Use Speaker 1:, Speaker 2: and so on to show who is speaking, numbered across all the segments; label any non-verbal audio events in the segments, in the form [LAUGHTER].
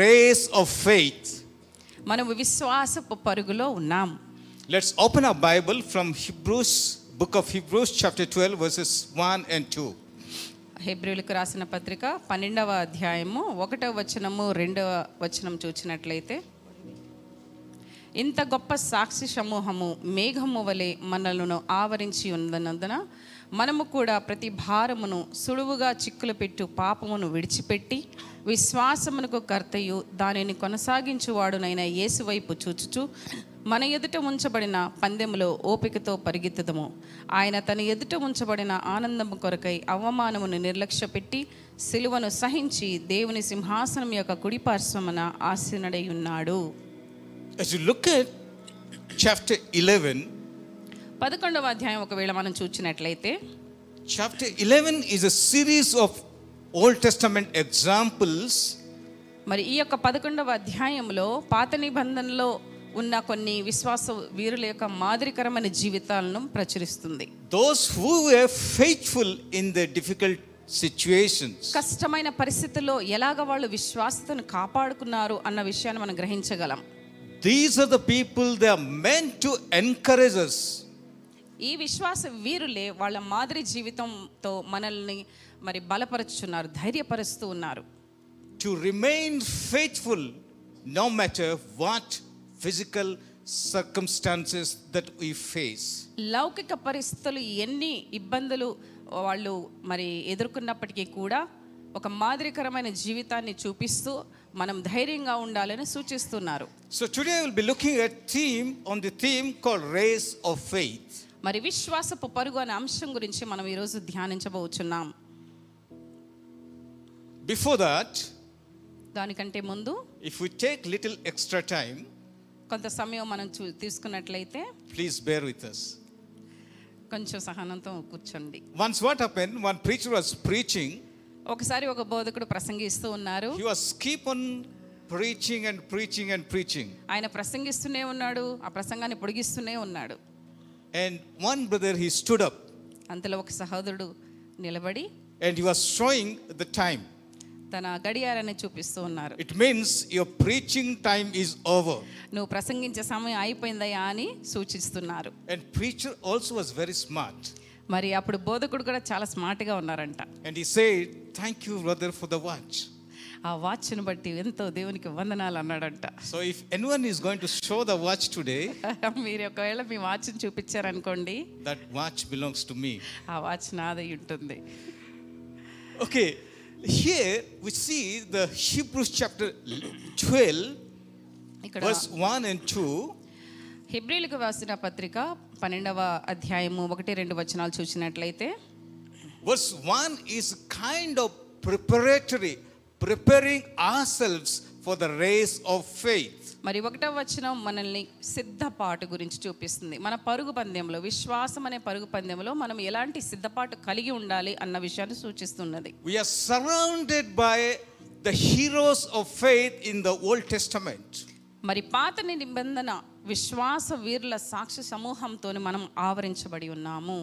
Speaker 1: race of faith.
Speaker 2: మనం విశ్వాసపు పరుగులో ఉన్నాం
Speaker 1: Let's open our Bible from Hebrews, book of Hebrews, chapter 12, verses 1 and 2.
Speaker 2: హెబ్రిలకు రాసిన పత్రిక పన్నెండవ అధ్యాయము ఒకటవ వచనము రెండవ వచనం చూసినట్లయితే ఇంత గొప్ప సాక్షి సమూహము మేఘము వలె మనలను ఆవరించి ఉన్నందున మనము కూడా ప్రతి భారమును సులువుగా చిక్కులు పెట్టు పాపమును విడిచిపెట్టి విశ్వాసమునకు కర్తయు దానిని కొనసాగించువాడునైన యేసు వైపు చూచుచు మన ఎదుట ఉంచబడిన పందెములో ఓపికతో పరిగెత్తుదము ఆయన తన ఎదుట ఉంచబడిన ఆనందము కొరకై అవమానమును నిర్లక్ష్యపెట్టి సిలువను సహించి దేవుని సింహాసనం యొక్క కుడిపార్శ్వమున ఆసీనుడై ఉన్నాడు
Speaker 1: As you look at chapter 11,
Speaker 2: పదకొండవ అధ్యాయం ఒకవేళ మనం చూసినట్లయితే
Speaker 1: chapter 11 is a series of Old Testament examples
Speaker 2: మరి ఈ యొక్క పదకొండవ అధ్యాయంలో పాత నిబంధనలో ఉన్న కొన్ని విశ్వాస వీరుల యొక్క మాదిరికరమైన జీవితాలను ప్రచురిస్తుంది
Speaker 1: those who were faithful in their difficult situations.
Speaker 2: కష్టమైన పరిస్థితుల్లో ఎలాగ వాళ్ళు విశ్వాసతను కాపాడుకున్నారు అన్న విషయాన్ని మనం గ్రహించగలం
Speaker 1: These are the people they are meant to encourage us.
Speaker 2: ఈ విశ్వాస వీరులే వాళ్ళ మాదిరి జీవితంతో మనల్ని మరి బలపరుచున్నారు ధైర్యపరుస్తూ ఉన్నారు
Speaker 1: to remain faithful no matter what physical circumstances that we face.
Speaker 2: లౌకిక పరిస్థితులు ఎన్ని ఇబ్బందులు వాళ్ళు మరి ఎదుర్కొన్నప్పటికీ కూడా ఒక మాదిరికరమైన జీవితాన్ని చూపిస్తూ మనం ధైర్యంగా ఉండాలని సూచిస్తున్నారు
Speaker 1: So today we'll be looking at theme on the theme called race of faith.
Speaker 2: మరి విశ్వాసపు పరుగు అనే అంశం గురించి మనం ఈరోజు ధ్యానించబోచున్నాం
Speaker 1: Before that,
Speaker 2: దానికంటే ముందు
Speaker 1: if we take little extra time,
Speaker 2: కొంత సమయం మనం చూ తీసుకున్నట్లయితే
Speaker 1: please bear with us.
Speaker 2: కొంచెం సహనంతో కూర్చోండి
Speaker 1: Once what happened, one preacher was preaching.
Speaker 2: ఒకసారి ఒక బోధకుడు ప్రసంగిస్తూ ఉన్నారు
Speaker 1: He was keep on preaching and preaching and preaching.
Speaker 2: ఆయన ప్రసంగిస్తూనే ఉన్నాడు ఆ ప్రసంగాన్ని పొడిగిస్తూనే ఉన్నాడు
Speaker 1: And one brother he stood up
Speaker 2: అంతలో ఒక సహోదరుడు నిలబడి
Speaker 1: and he was showing the time.
Speaker 2: తన గడియారాన్ని చూపిస్తూ ఉన్నారు
Speaker 1: It means your preaching time is over.
Speaker 2: నువ్వు ప్రసంగించే సమయం అయిపోయిందయ్యా అని సూచిస్తున్నారు
Speaker 1: And preacher also was very smart.
Speaker 2: మరి అప్పుడు బోధకుడు కూడా చాలా స్మార్ట్గా ఉన్నారంట
Speaker 1: And he said, Thank you, brother, for the watch.
Speaker 2: ఆ వాచ్ను బట్టి ఎంతో దేవునికి వందనాలు అన్నాడంట [LAUGHS]
Speaker 1: So if anyone is going to show the watch today,
Speaker 2: మీరు ఒకవేళ మీ వాచ్ని చూపించారనుకోండి
Speaker 1: that watch belongs to me.
Speaker 2: ఆ వాచ్ నాదై ఉంటుంది
Speaker 1: Okay, here we see the Hebrews chapter 12,
Speaker 2: ఇక్కడ
Speaker 1: verse 1 and 2.
Speaker 2: హెబ్రిలకు రాసిన పత్రిక పన్నెండవ అధ్యాయము ఒకటి రెండు వచనాలు చూసినట్లయితే
Speaker 1: Verse 1 is kind of preparatory, preparing ourselves for the race of faith.
Speaker 2: మరి ఒకటవ వచనం మనల్ని సిద్ధపాటు గురించి చూపిస్తుంది మన పరుగు పందెంలో విశ్వాసం అనే పరుగు పందెంలో మనం ఎలాంటి సిద్ధపాటు కలిగి ఉండాలి అన్న విషయాన్ని సూచిస్తున్నది
Speaker 1: We are surrounded by the heroes of faith in the Old Testament.
Speaker 2: మరి పాత నిబంధన విశ్వాస వీరుల సాక్షి సమూహంతో మనం ఆవరించబడి ఉన్నాము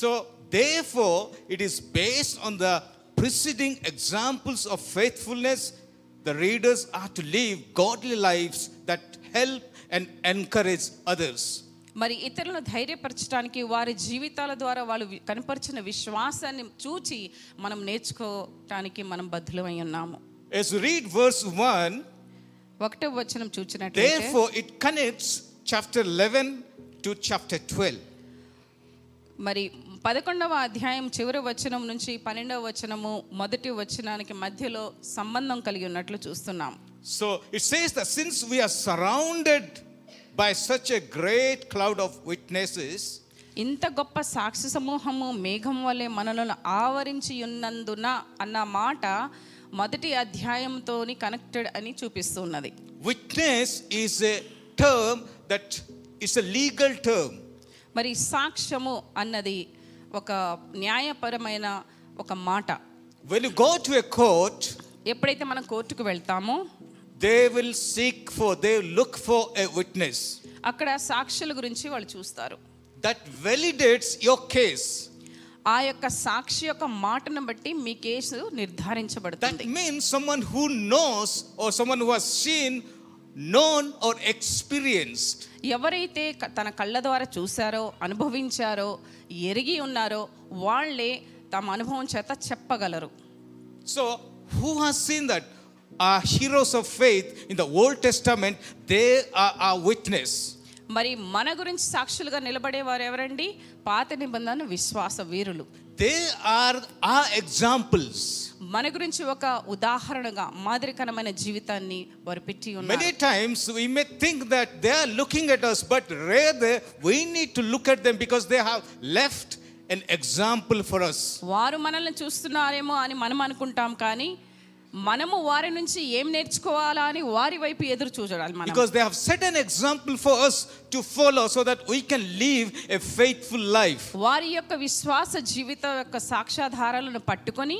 Speaker 1: So, therefore, it is based on the preceding examples of faithfulness, the readers are to live godly lives that help and encourage others.
Speaker 2: మరి ఇతరులను ధైర్యపరచడానికి వారి జీవితాల ద్వారా వాళ్ళు వి- కనపరిచిన విశ్వాసాన్ని చూచి మనం నేర్చుకోవటానికి మనం బద్ధులమై ఉన్నాము
Speaker 1: As we read verse 1,
Speaker 2: ఒకటో వచనం చూసినట్లయితే
Speaker 1: therefore, it connects chapter 11 to chapter 12.
Speaker 2: మరి పదకొండవ అధ్యాయం చివరి వచనం నుంచి పన్నెండవ వచనము మొదటి వచనానికి మధ్యలో సంబంధం కలిగి ఉన్నట్లు చూస్తున్నాం
Speaker 1: So, it says that since we are surrounded by such a great cloud of witnesses,
Speaker 2: ఇంత గొప్ప సాక్షి సమూహము మేఘం వలె మనలను ఆవరించి ఉన్నందున అన్న మాట మొదటి అధ్యాయంతోని కనెక్టెడ్ అని చూపిస్తున్నది
Speaker 1: Witness is a term that is a legal term.
Speaker 2: మరి సాక్ష్యము అన్నది ఒక న్యాయపరమైన ఒక మాట
Speaker 1: When you go to a court,
Speaker 2: ఎప్పుడైతే మనం కోర్టుకు వెళ్తామో
Speaker 1: they will seek for, they look for a witness
Speaker 2: అక్కడ సాక్షుల గురించి వాళ్ళు చూస్తారు
Speaker 1: that validates your case.
Speaker 2: ఆ యొక్క సాక్షి యొక్క మాటను బట్టి మీ కేసు నిర్ధారించబడుతుంది
Speaker 1: That means someone who knows or someone who has seen, known, or experienced.
Speaker 2: ఎవరైతే క- తన కళ్ళ ద్వారా చూశారో అనుభవించారో ఎరిగి ఉన్నారో వాళ్ళే తమ అనుభవం చేత చెప్పగలరు
Speaker 1: So, who has seen that? Our heroes of faith in the Old Testament, they are our witness.
Speaker 2: మరి మన గురించి సాక్షులుగా నిలబడేవారు ఎవరండి పాత నిబంధన విశ్వాస వీరులు
Speaker 1: They are our examples.
Speaker 2: మన గురించి ఒక ఉదాహరణగా మాదిరికరమైన జీవితాన్ని వారు పెట్టి ఉన్నారు
Speaker 1: Many times we may think that they are looking at us, but rather we need to look at them because they have left an example for us.
Speaker 2: వారు మనల్ని చూస్తున్నారేమో అని మనం అనుకుంటాం కానీ మనము వారి నుంచి ఏం నేర్చుకోవాలా అని వారి వైపు ఎదురు చూడాలి మనం
Speaker 1: Because they have set an example for us to follow so that we can live a faithful life.
Speaker 2: వారి యొక్క విశ్వాస జీవితం యొక్క సాక్ష్యాధారాలను పట్టుకొని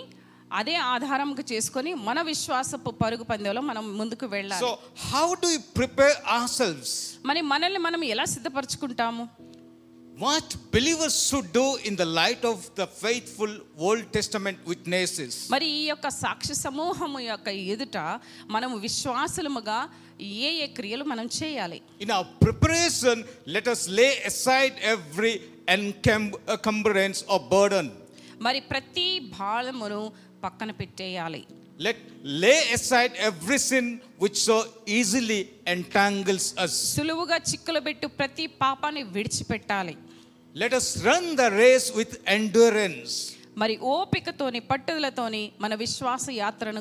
Speaker 2: అదే ఆధారంగా చేసుకొని మన విశ్వాసపు పరుగు పందెంలో మనం ముందుకు వెళ్ళాలి
Speaker 1: So, how do we prepare ourselves?
Speaker 2: మరి మనల్ని మనం ఎలా సిద్ధపరచుకుంటాము
Speaker 1: What believers should do in the light of the faithful Old Testament witnesses?
Speaker 2: మరి ఈ యొక్క సాక్షి సమూహము యొక్క ఎదుట మనం విశ్వాసముగా ఏ ఏ క్రియలు మనం చేయాలి
Speaker 1: In our preparation, let us lay aside every encum- encumbrance or burden.
Speaker 2: మరి ప్రతి భారమును పక్కన పెట్టేయాలి
Speaker 1: Let lay aside every sin which so easily entangles us.
Speaker 2: సులువుగా చిక్కులు పెట్టు ప్రతి పాపాన్ని విడిచిపెట్టాలి
Speaker 1: Let us run the race with endurance.
Speaker 2: మరి ఓపికతోని పట్టుదలతోని మన విశ్వాస్ యాత్రను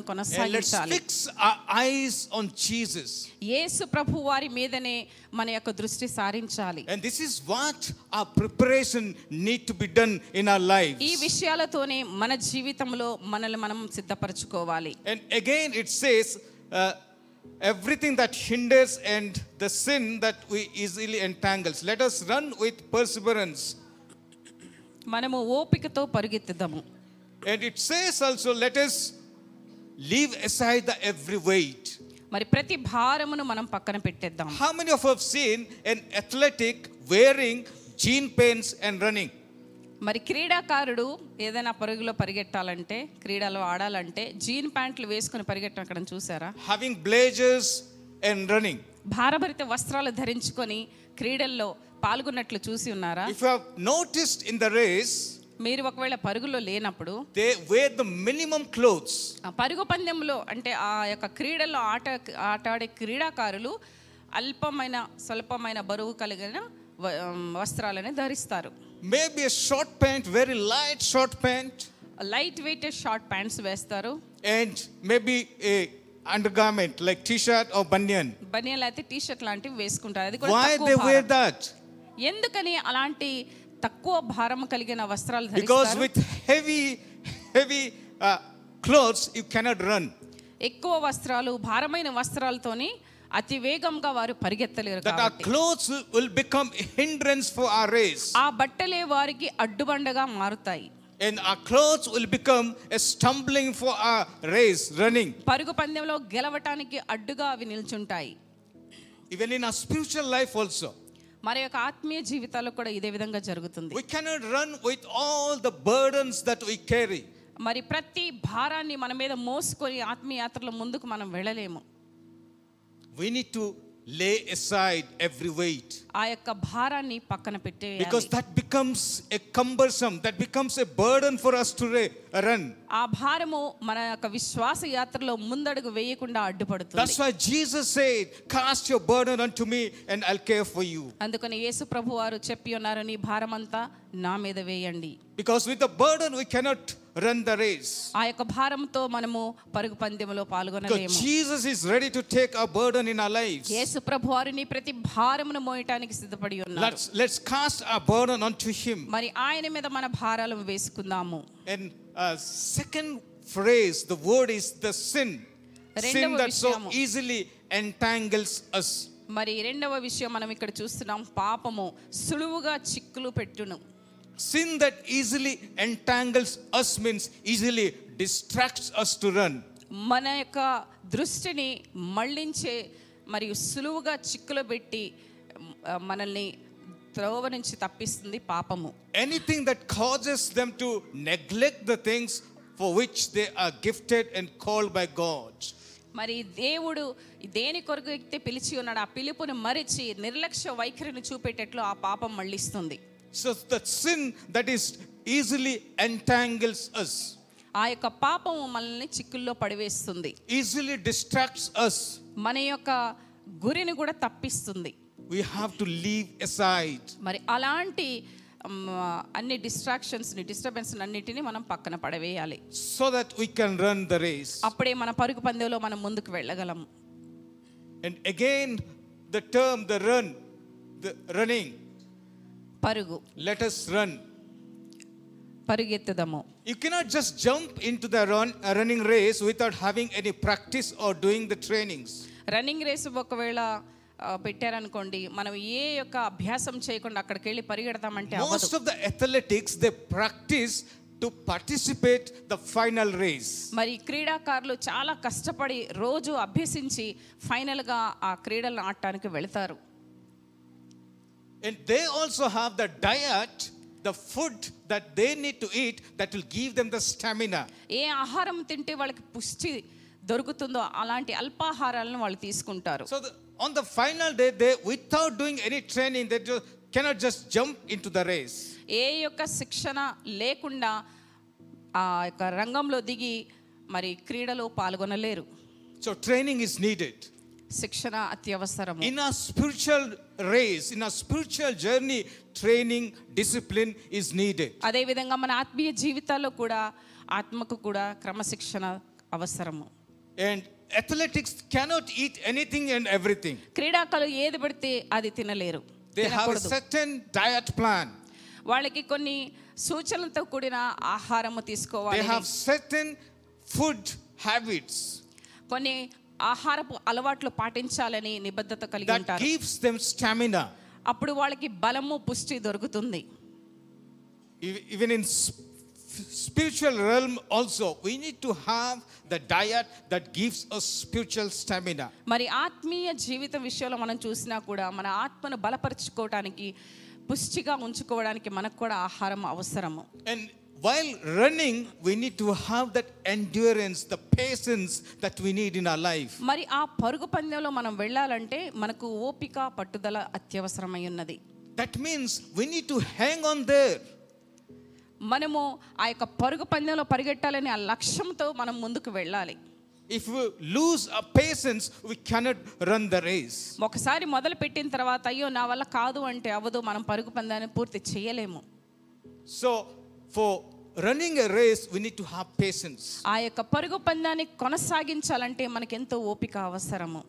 Speaker 1: And let's
Speaker 2: కొనసాగించాలి
Speaker 1: fix our eyes on Jesus.
Speaker 2: యేసు ప్రభు వారి మీదనే మన యొక్క దృష్టి సారించాలి
Speaker 1: And this is what our preparation need to be done in our
Speaker 2: ఈ
Speaker 1: lives.
Speaker 2: విషయాలతోనే మన జీవితంలో మనల్ని మనం సిద్ధపరచుకోవాలి
Speaker 1: And again it says, uh, everything that hinders and the sin that we easily entangles. Let us run with perseverance.
Speaker 2: మనము ఓపికతో పరుగెత్తుదాము
Speaker 1: And it says also, let us leave aside the every weight.
Speaker 2: మరి ప్రతి భారమును మనం పక్కన పెట్టేద్దాం
Speaker 1: How many of us have seen an athletic wearing jean pants and running?
Speaker 2: మరి క్రీడాకారుడు ఏదైనా పరుగులో పరిగెట్టాలంటే క్రీడలో ఆడాలంటే జీన్ ప్యాంట్లు వేసుకుని పరిగెట్టడం అక్కడ చూసారా
Speaker 1: Having blazers and running.
Speaker 2: భారభరిత వస్త్రాలు ధరించుకొని క్రీడల్లో పాల్గొన్నట్లు చూసి ఉన్నారా
Speaker 1: If you have noticed in the race,
Speaker 2: మీరు ఒకవేళ పరుగులో లేనప్పుడు
Speaker 1: they wear the minimum clothes.
Speaker 2: ఆ పరుగు పందెంలో అంటే ఆ యొక్క క్రీడల్లో ఆట ఆట ఆడే క్రీడాకారులు అల్పమైన స్వల్పమైన బరువు కలిగిన వ- వస్త్రాలని ధరిస్తారు
Speaker 1: Maybe a short pant, very light short pant,
Speaker 2: light weight short pants వేస్తారు
Speaker 1: and maybe a undergarment like t-shirt or banyan.
Speaker 2: బనియన్లు అయితే టీ షర్ట్ లాంటివి వేసుకుంటారు అది కూడా
Speaker 1: Why
Speaker 2: తక్కువ
Speaker 1: they wear
Speaker 2: భారం.
Speaker 1: that?
Speaker 2: ఎందుకని అలాంటి తక్కువ భారం కలిగిన వస్త్రాలు
Speaker 1: Because
Speaker 2: ధరిస్తారు
Speaker 1: with heavy, heavy uh, clothes, you cannot run.
Speaker 2: ఎక్కువ వస్త్రాలు భారమైన వస్త్రాలతోని అతి వేగంగా వారు పరిగెత్తలేరు
Speaker 1: That our
Speaker 2: కాబట్టి
Speaker 1: clothes will- will become a hindrance for our race.
Speaker 2: ఆ బట్టలే వారికి అడ్డుబండగా మారుతాయి
Speaker 1: And our clothes will become a stumbling for our race, running.
Speaker 2: పరుగు పందెంలో గెలవటానికి అడ్డుగా అవి నిల్చుంటాయి
Speaker 1: Even in our spiritual life also.
Speaker 2: మరి యొక్క ఆత్మీయ జీవితాల్లో కూడా ఇదే విధంగా జరుగుతుంది
Speaker 1: We cannot run with all the burdens that we carry.
Speaker 2: మరి ప్రతి భారాన్ని మన మీద మోసుకొని ఆత్మీయ యాత్రలో ముందుకు మనం వెళ్ళలేము
Speaker 1: We need to lay aside every weight.
Speaker 2: ఆ యొక్క భారాన్ని పక్కన పెట్టేయాలి
Speaker 1: Because that becomes a cumbersome, that becomes a burden for us to ra- run.
Speaker 2: ఆ భారము మన యొక్క విశ్వాస యాత్రలో ముందడుగు వేయకుండా అడ్డుపడుతుంది
Speaker 1: That's why Jesus said, Cast your burden unto me and I'll care for you.
Speaker 2: అందుకని యేసు ప్రభు వారు చెప్పి ఉన్నారు నీ భారమంతా నా మీద వేయండి
Speaker 1: Because with the burden, we cannot run the race.
Speaker 2: ఆ యొక్క భారంతో మనము పరుగు పందెంలో
Speaker 1: Because
Speaker 2: పాల్గొనలేము
Speaker 1: Jesus is ready to take our burden in our lives.
Speaker 2: యేసు ప్రభు వారు నీ ప్రతి భారమును మోయటానికి సిద్ధపడి ఉన్నారు
Speaker 1: Let's, let's cast our burden unto Him.
Speaker 2: మరి ఆయన మీద మన భారాలు వేసుకుందాము
Speaker 1: And uh, second phrase, the word is the sin. Sin
Speaker 2: రెండవ
Speaker 1: that so
Speaker 2: విషయము.
Speaker 1: easily entangles us.
Speaker 2: మరి రెండవ విషయం మనం ఇక్కడ చూస్తున్నాం పాపము సులువుగా చిక్కులు పెట్టును
Speaker 1: Sin that easily entangles us means easily distracts us to run.
Speaker 2: మన యొక్క దృష్టిని మళ్ళించే మరియు సులువుగా చిక్కులు పెట్టి మ్, మనల్ని త్రోవ నుంచి తప్పిస్తుంది పాపము
Speaker 1: Anything that causes them to neglect the things for which they are gifted and called by God.
Speaker 2: మరి దేవుడు దేని కొరకు అయితే పిలిచి ఉన్నాడు ఆ పిలుపును మరిచి నిర్లక్ష్య వైఖరిని చూపేటట్లు ఆ పాపం మళ్ళిస్తుంది
Speaker 1: So the sin that is easily entangles us,
Speaker 2: ఆ యొక్క పాపము మనల్ని చిక్కుల్లో పడివేస్తుంది
Speaker 1: easily distracts us.
Speaker 2: మన యొక్క గురిని కూడా తప్పిస్తుంది
Speaker 1: We have to leave aside.
Speaker 2: మరి అలాంటి మ్, అన్ని డిస్ట్రాక్షన్స్ని డిస్టర్బెన్స్ అన్నిటిని మనం పక్కన పడవేయాలి
Speaker 1: so that we can run the race.
Speaker 2: అప్పుడే మన పరుగు పందెంలో మనం ముందుకు వెళ్ళగలము
Speaker 1: And again, the term the run, the running,
Speaker 2: పరుగు
Speaker 1: let us run.
Speaker 2: పరుగెత్తుదము
Speaker 1: You cannot just jump into the run, a running race without having any practice or doing the trainings.
Speaker 2: Running race ఒకవేళ ఆ, పెట్టారనుకోండి మనం ఏ యొక్క అభ్యాసం చేయకుండా అక్కడికి వెళ్ళి పరిగెడతామంటే అవ్వదు
Speaker 1: Most of the athletics, they practice to participate the final race.
Speaker 2: మరి క్రీడాకారులు చాలా కష్టపడి రోజు అభ్యసించి ఫైనల్గా ఆ క్రీడలను ఆడటానికి వెళతారు
Speaker 1: And they also have the diet, the food that they need to eat that will give them the stamina.
Speaker 2: ఏ ఆహారం తింటే వాళ్ళకి పుష్టి దొరుకుతుందో అలాంటి అల్పాహారాలను వాళ్ళు తీసుకుంటారు
Speaker 1: So the, on the final day, they without doing any training, they just cannot just jump into the race.
Speaker 2: ఏ యొక్క శిక్షణ లేకుండా ఆ యొక్క రంగంలో దిగి మరి క్రీడలో పాల్గొనలేరు
Speaker 1: So training is needed.
Speaker 2: శిక్షణ అత్యవసరము
Speaker 1: In our spiritual race, in our spiritual journey, training, discipline is needed.
Speaker 2: అదేవిధంగా మన ఆత్మీయ జీవితాల్లో కూడా ఆత్మకు కూడా క్రమశిక్షణ అవసరము
Speaker 1: And athletics cannot eat anything and everything.
Speaker 2: క్రీడాకారులు ఏది పడితే అది తినలేరు
Speaker 1: They have a
Speaker 2: తినకూడదు.
Speaker 1: certain diet plan.
Speaker 2: వాళ్ళకి కొన్ని సూచనలతో కూడిన ఆహారము తీసుకోవాలి
Speaker 1: They have certain food habits
Speaker 2: కొన్ని ఆహారపు అలవాట్లు పాటించాలని నిబద్ధత కలిగి
Speaker 1: that
Speaker 2: ఉంటారు
Speaker 1: gives them stamina.
Speaker 2: అప్పుడు వాళ్ళకి బలము పుష్టి దొరుకుతుంది
Speaker 1: Ev- E-, even in sp- spiritual realm also we need to have the diet that gives us spiritual stamina
Speaker 2: మరి ఆత్మీయ జీవితం విషయంలో మనం చూసినా కూడా మన ఆత్మను బలపరుచుకోవడానికి పుష్టిగా ఉంచుకోవడానికి మనకు కూడా ఆహారం అవసరము
Speaker 1: and while running we need to have that endurance the patience that we need in our life
Speaker 2: మరి ఆ పరుగు పందెంలో మనం వెళ్ళాలంటే మనకు ఓపిక పట్టుదల అత్యవసరమై ఉన్నది
Speaker 1: that means we need to hang on there
Speaker 2: మనము ఆ యొక్క పరుగు పందెంలో పరిగెట్టాలనే ఆ లక్ష్యంతో మనం ముందుకు వెళ్ళాలి
Speaker 1: if we lose our patience we cannot run the race
Speaker 2: ఒకసారి మొదలు పెట్టిన తర్వాత అయ్యో నా వల్ల కాదు అంటే అవ్వదు మనం పరుగు పందాన్ని పూర్తి చేయలేము
Speaker 1: so for running a race we need to have patience
Speaker 2: ఆ యొక్క పరుగు పందాన్ని కొనసాగించాలంటే మనకెంతో ఓపిక అవసరము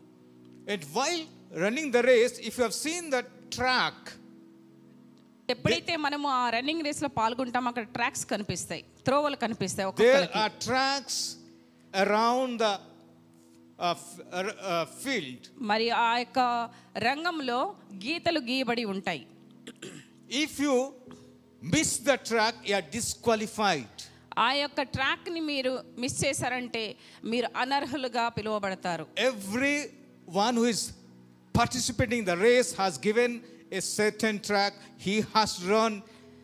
Speaker 1: and while running the race if you have seen the track
Speaker 2: ఎప్పుడైతే మనము ఆ రన్నింగ్ రేస్లో పాల్గొంటామో అక్కడ ట్రాక్స్ కనిపిస్తాయి త్రోవలు కనిపిస్తాయి
Speaker 1: There
Speaker 2: ఒక్కొక్కరికి
Speaker 1: are tracks around the uh, f- ar- uh, field.
Speaker 2: మరి ఆ యొక్క రంగంలో గీతలు గీయబడి ఉంటాయి
Speaker 1: If you miss the track, you are disqualified.
Speaker 2: ఆ యొక్క ట్రాక్ని మీరు మిస్ చేశారంటే మీరు అనర్హులుగా పిలువబడతారు
Speaker 1: Everyone who is participating in the race has given a certain track. He has run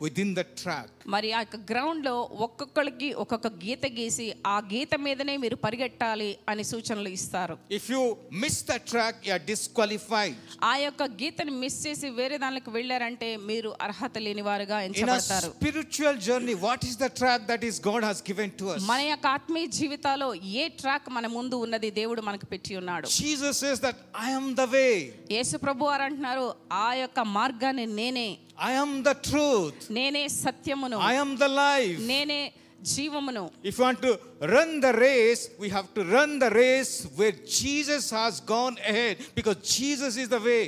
Speaker 1: within the track.
Speaker 2: మరి ఆ యొక్క గ్రౌండ్లో ఒక్కొక్కరికి ఒక్కొక్క గీత గీసి ఆ గీత మీదనే మీరు పరిగెట్టాలి అని సూచనలు ఇస్తారు
Speaker 1: If you miss the track, you are disqualified.
Speaker 2: ఆ యొక్క గీతను మిస్ చేసి వేరే దానికి వెళ్ళారంటే మీరు అర్హత లేని వారుగా
Speaker 1: In our
Speaker 2: ఎంచబడతారు
Speaker 1: spiritual journey, what is the track that is God has given to us?
Speaker 2: మన యొక్క ఆత్మీయ జీవితాలో ఏ ట్రాక్ మన ముందు ఉన్నది దేవుడు మనకు పెట్టి ఉన్నాడు
Speaker 1: Jesus says that I am the way,
Speaker 2: యేసు ప్రభు వారు అంటున్నారు ఆ యొక్క మార్గాన్ని నేనే
Speaker 1: I am the truth.
Speaker 2: నేనే సత్యమును
Speaker 1: I am the life.
Speaker 2: నేనే జీవమును
Speaker 1: If you want to run the race, we have to run the race where Jesus has gone ahead because Jesus is the way.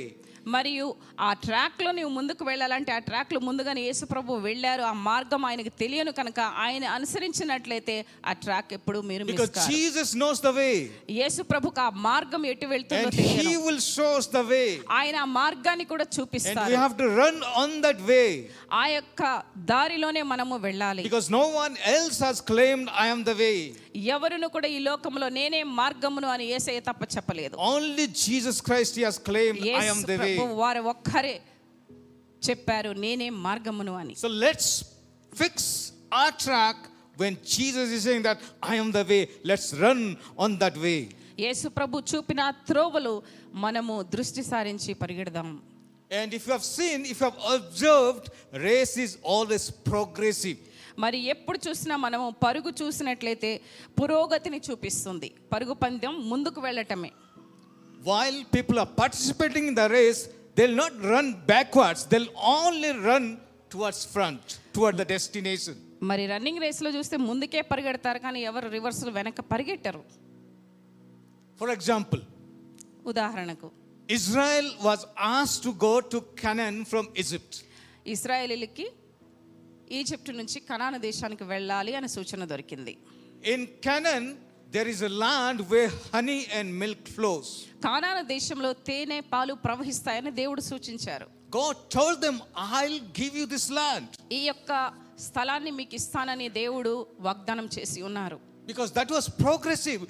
Speaker 2: మరియు ఆ ట్రాక్లో నువ్వు ముందుకు వెళ్ళాలంటే ఆ ట్రాక్లో ముందుగానే యేసుప్రభు వెళ్ళారు ఆ మార్గం ఆయనకు తెలియను కనుక ఆయన అనుసరించినట్లయితే ఆ ట్రాక్ ఎప్పుడు మీరు
Speaker 1: Because
Speaker 2: మిస్ కారు.
Speaker 1: Jesus knows the way.
Speaker 2: యేసుప్రభుకు ఆ మార్గం ఎటు వెళ్తుందో
Speaker 1: And
Speaker 2: తెలియదు
Speaker 1: He will show us the way.
Speaker 2: ఆయన ఆ మార్గాన్ని కూడా
Speaker 1: And we
Speaker 2: చూపిస్తారు
Speaker 1: have to run on that way.
Speaker 2: ఆ యొక్క దారిలోనే మనము వెళ్ళాలి
Speaker 1: Because no one else has claimed, I am the way.
Speaker 2: ఎవరును కూడా ఈ లోకంలో నేనే మార్గమును అని ఏసయ్య తప్ప చెప్పలేదు
Speaker 1: Only Jesus Christ He has claimed, I am
Speaker 2: Yesu
Speaker 1: the way.
Speaker 2: ప్రభు వారు ఒక్కరే చెప్పారు నేనే మార్గమును అని
Speaker 1: So let's fix our track when Jesus is saying that I am the way. Let's run on that way.
Speaker 2: యేసు ప్రభు చూపిన ఆ త్రోవలు మనము దృష్టి సారించి పరిగెడదాం
Speaker 1: And if you have seen, if you have observed, race is always progressive.
Speaker 2: మరి ఎప్పుడు చూసినా మనము పరుగు చూసినట్లయితే పురోగతిని చూపిస్తుంది పరుగు పందెం ముందుకు వెళ్ళటమే
Speaker 1: While people are participating in the race, they'll not run backwards, they'll only run towards front, toward the destination.
Speaker 2: మరి రన్నింగ్ రేస్లో చూస్తే ముందుకే పరిగెడతారు కానీ ఎవరు రివర్స్లో వెనక పరిగెట్టరు
Speaker 1: For example,
Speaker 2: ఉదాహరణకు
Speaker 1: Israel was asked to go to Canaan from Egypt.
Speaker 2: ఇస్రాయేలీలకి ఈజిప్ట్ నుంచి కనాన దేశానికి వెళ్ళాలి అనే సూచన దొరికింది
Speaker 1: In Canaan, there is a land where honey and milk flows.
Speaker 2: కానాన దేశంలో తేనె పాలు ప్రవహిస్తాయని దేవుడు సూచించారు
Speaker 1: God told them, I'll give you this land.
Speaker 2: ఈ యొక్క స్థలాన్ని మీకు ఇస్తానని దేవుడు వాగ్దానం చేసి ఉన్నారు
Speaker 1: Because that was progressive.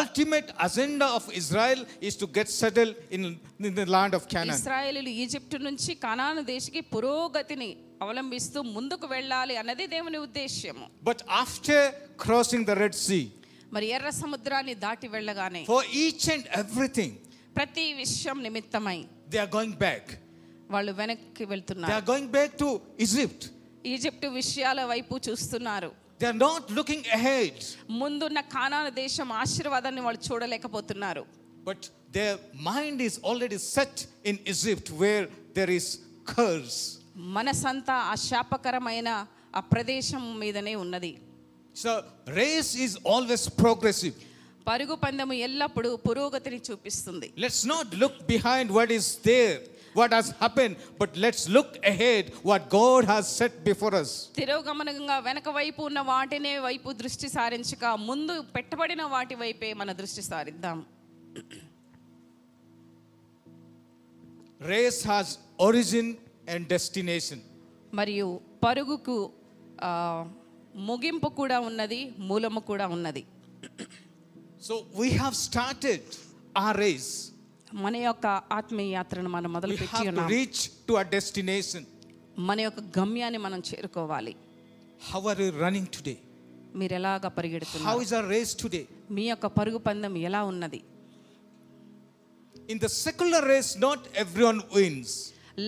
Speaker 1: Ultimate agenda of Israel is to get settled in, in the land of Canaan.
Speaker 2: ఇస్రాయేలీలు ఈజిప్ట్ నుంచి కనాన దేశకి పురోగతిని అవలంబిస్తూ ముందుకు వెళ్ళాలి అన్నది దేవుని ఉద్దేశ్యము
Speaker 1: But after crossing the Red Sea,
Speaker 2: మరి ఎర్ర సముద్రాన్ని దాటి వెళ్ళగానే
Speaker 1: for each and everything,
Speaker 2: ప్రతి విషయం నిమిత్తమై
Speaker 1: they are going back.
Speaker 2: వాళ్ళు వెనక్కి
Speaker 1: They
Speaker 2: వెళ్తున్నారు
Speaker 1: are going back to Egypt.
Speaker 2: Egypt విషయాల వైపు చూస్తున్నారు
Speaker 1: They are not looking ahead,
Speaker 2: ముందున్న కానాన దేశం ఆశీర్వాదాన్ని వాళ్ళు చూడలేకపోతున్నారు
Speaker 1: but their mind is already set in Egypt where there is curse.
Speaker 2: మనసంతా ఆ శాపకరమైన ఆ ప్రదేశం మీదనే ఉన్నది
Speaker 1: So, race is always progressive.
Speaker 2: పరుగు పందెము ఎల్లప్పుడూ పురోగతిని చూపిస్తుంది
Speaker 1: Let's not look behind what is there, what has happened, but let's look ahead what God has set before us.
Speaker 2: తిరోగమనంగా వెనక వైపు ఉన్న వాటినే వైపు దృష్టి సారించక ముందు పెట్టబడిన వాటి వైపే మన దృష్టి సారిద్దాం
Speaker 1: Race has origin and destination.
Speaker 2: మరియు పరుగుకు ఆ, ముగింపు కూడా ఉన్నది మూలము కూడా ఉన్నది
Speaker 1: So we have started our race.
Speaker 2: మన యొక్క ఆత్మీయ యాత్రను మనం
Speaker 1: We
Speaker 2: మొదలు పెట్టి
Speaker 1: have to
Speaker 2: ఉన్నాం
Speaker 1: reach to our destination.
Speaker 2: మన యొక్క గమ్యాన్ని మనం చేరుకోవాలి
Speaker 1: How are we running today?
Speaker 2: మీరు ఎలాగ
Speaker 1: How
Speaker 2: పరిగెడుతున్నారు
Speaker 1: is our race today?
Speaker 2: మీ యొక్క పరుగు పందెం ఎలా ఉన్నది
Speaker 1: In the secular race, not everyone wins.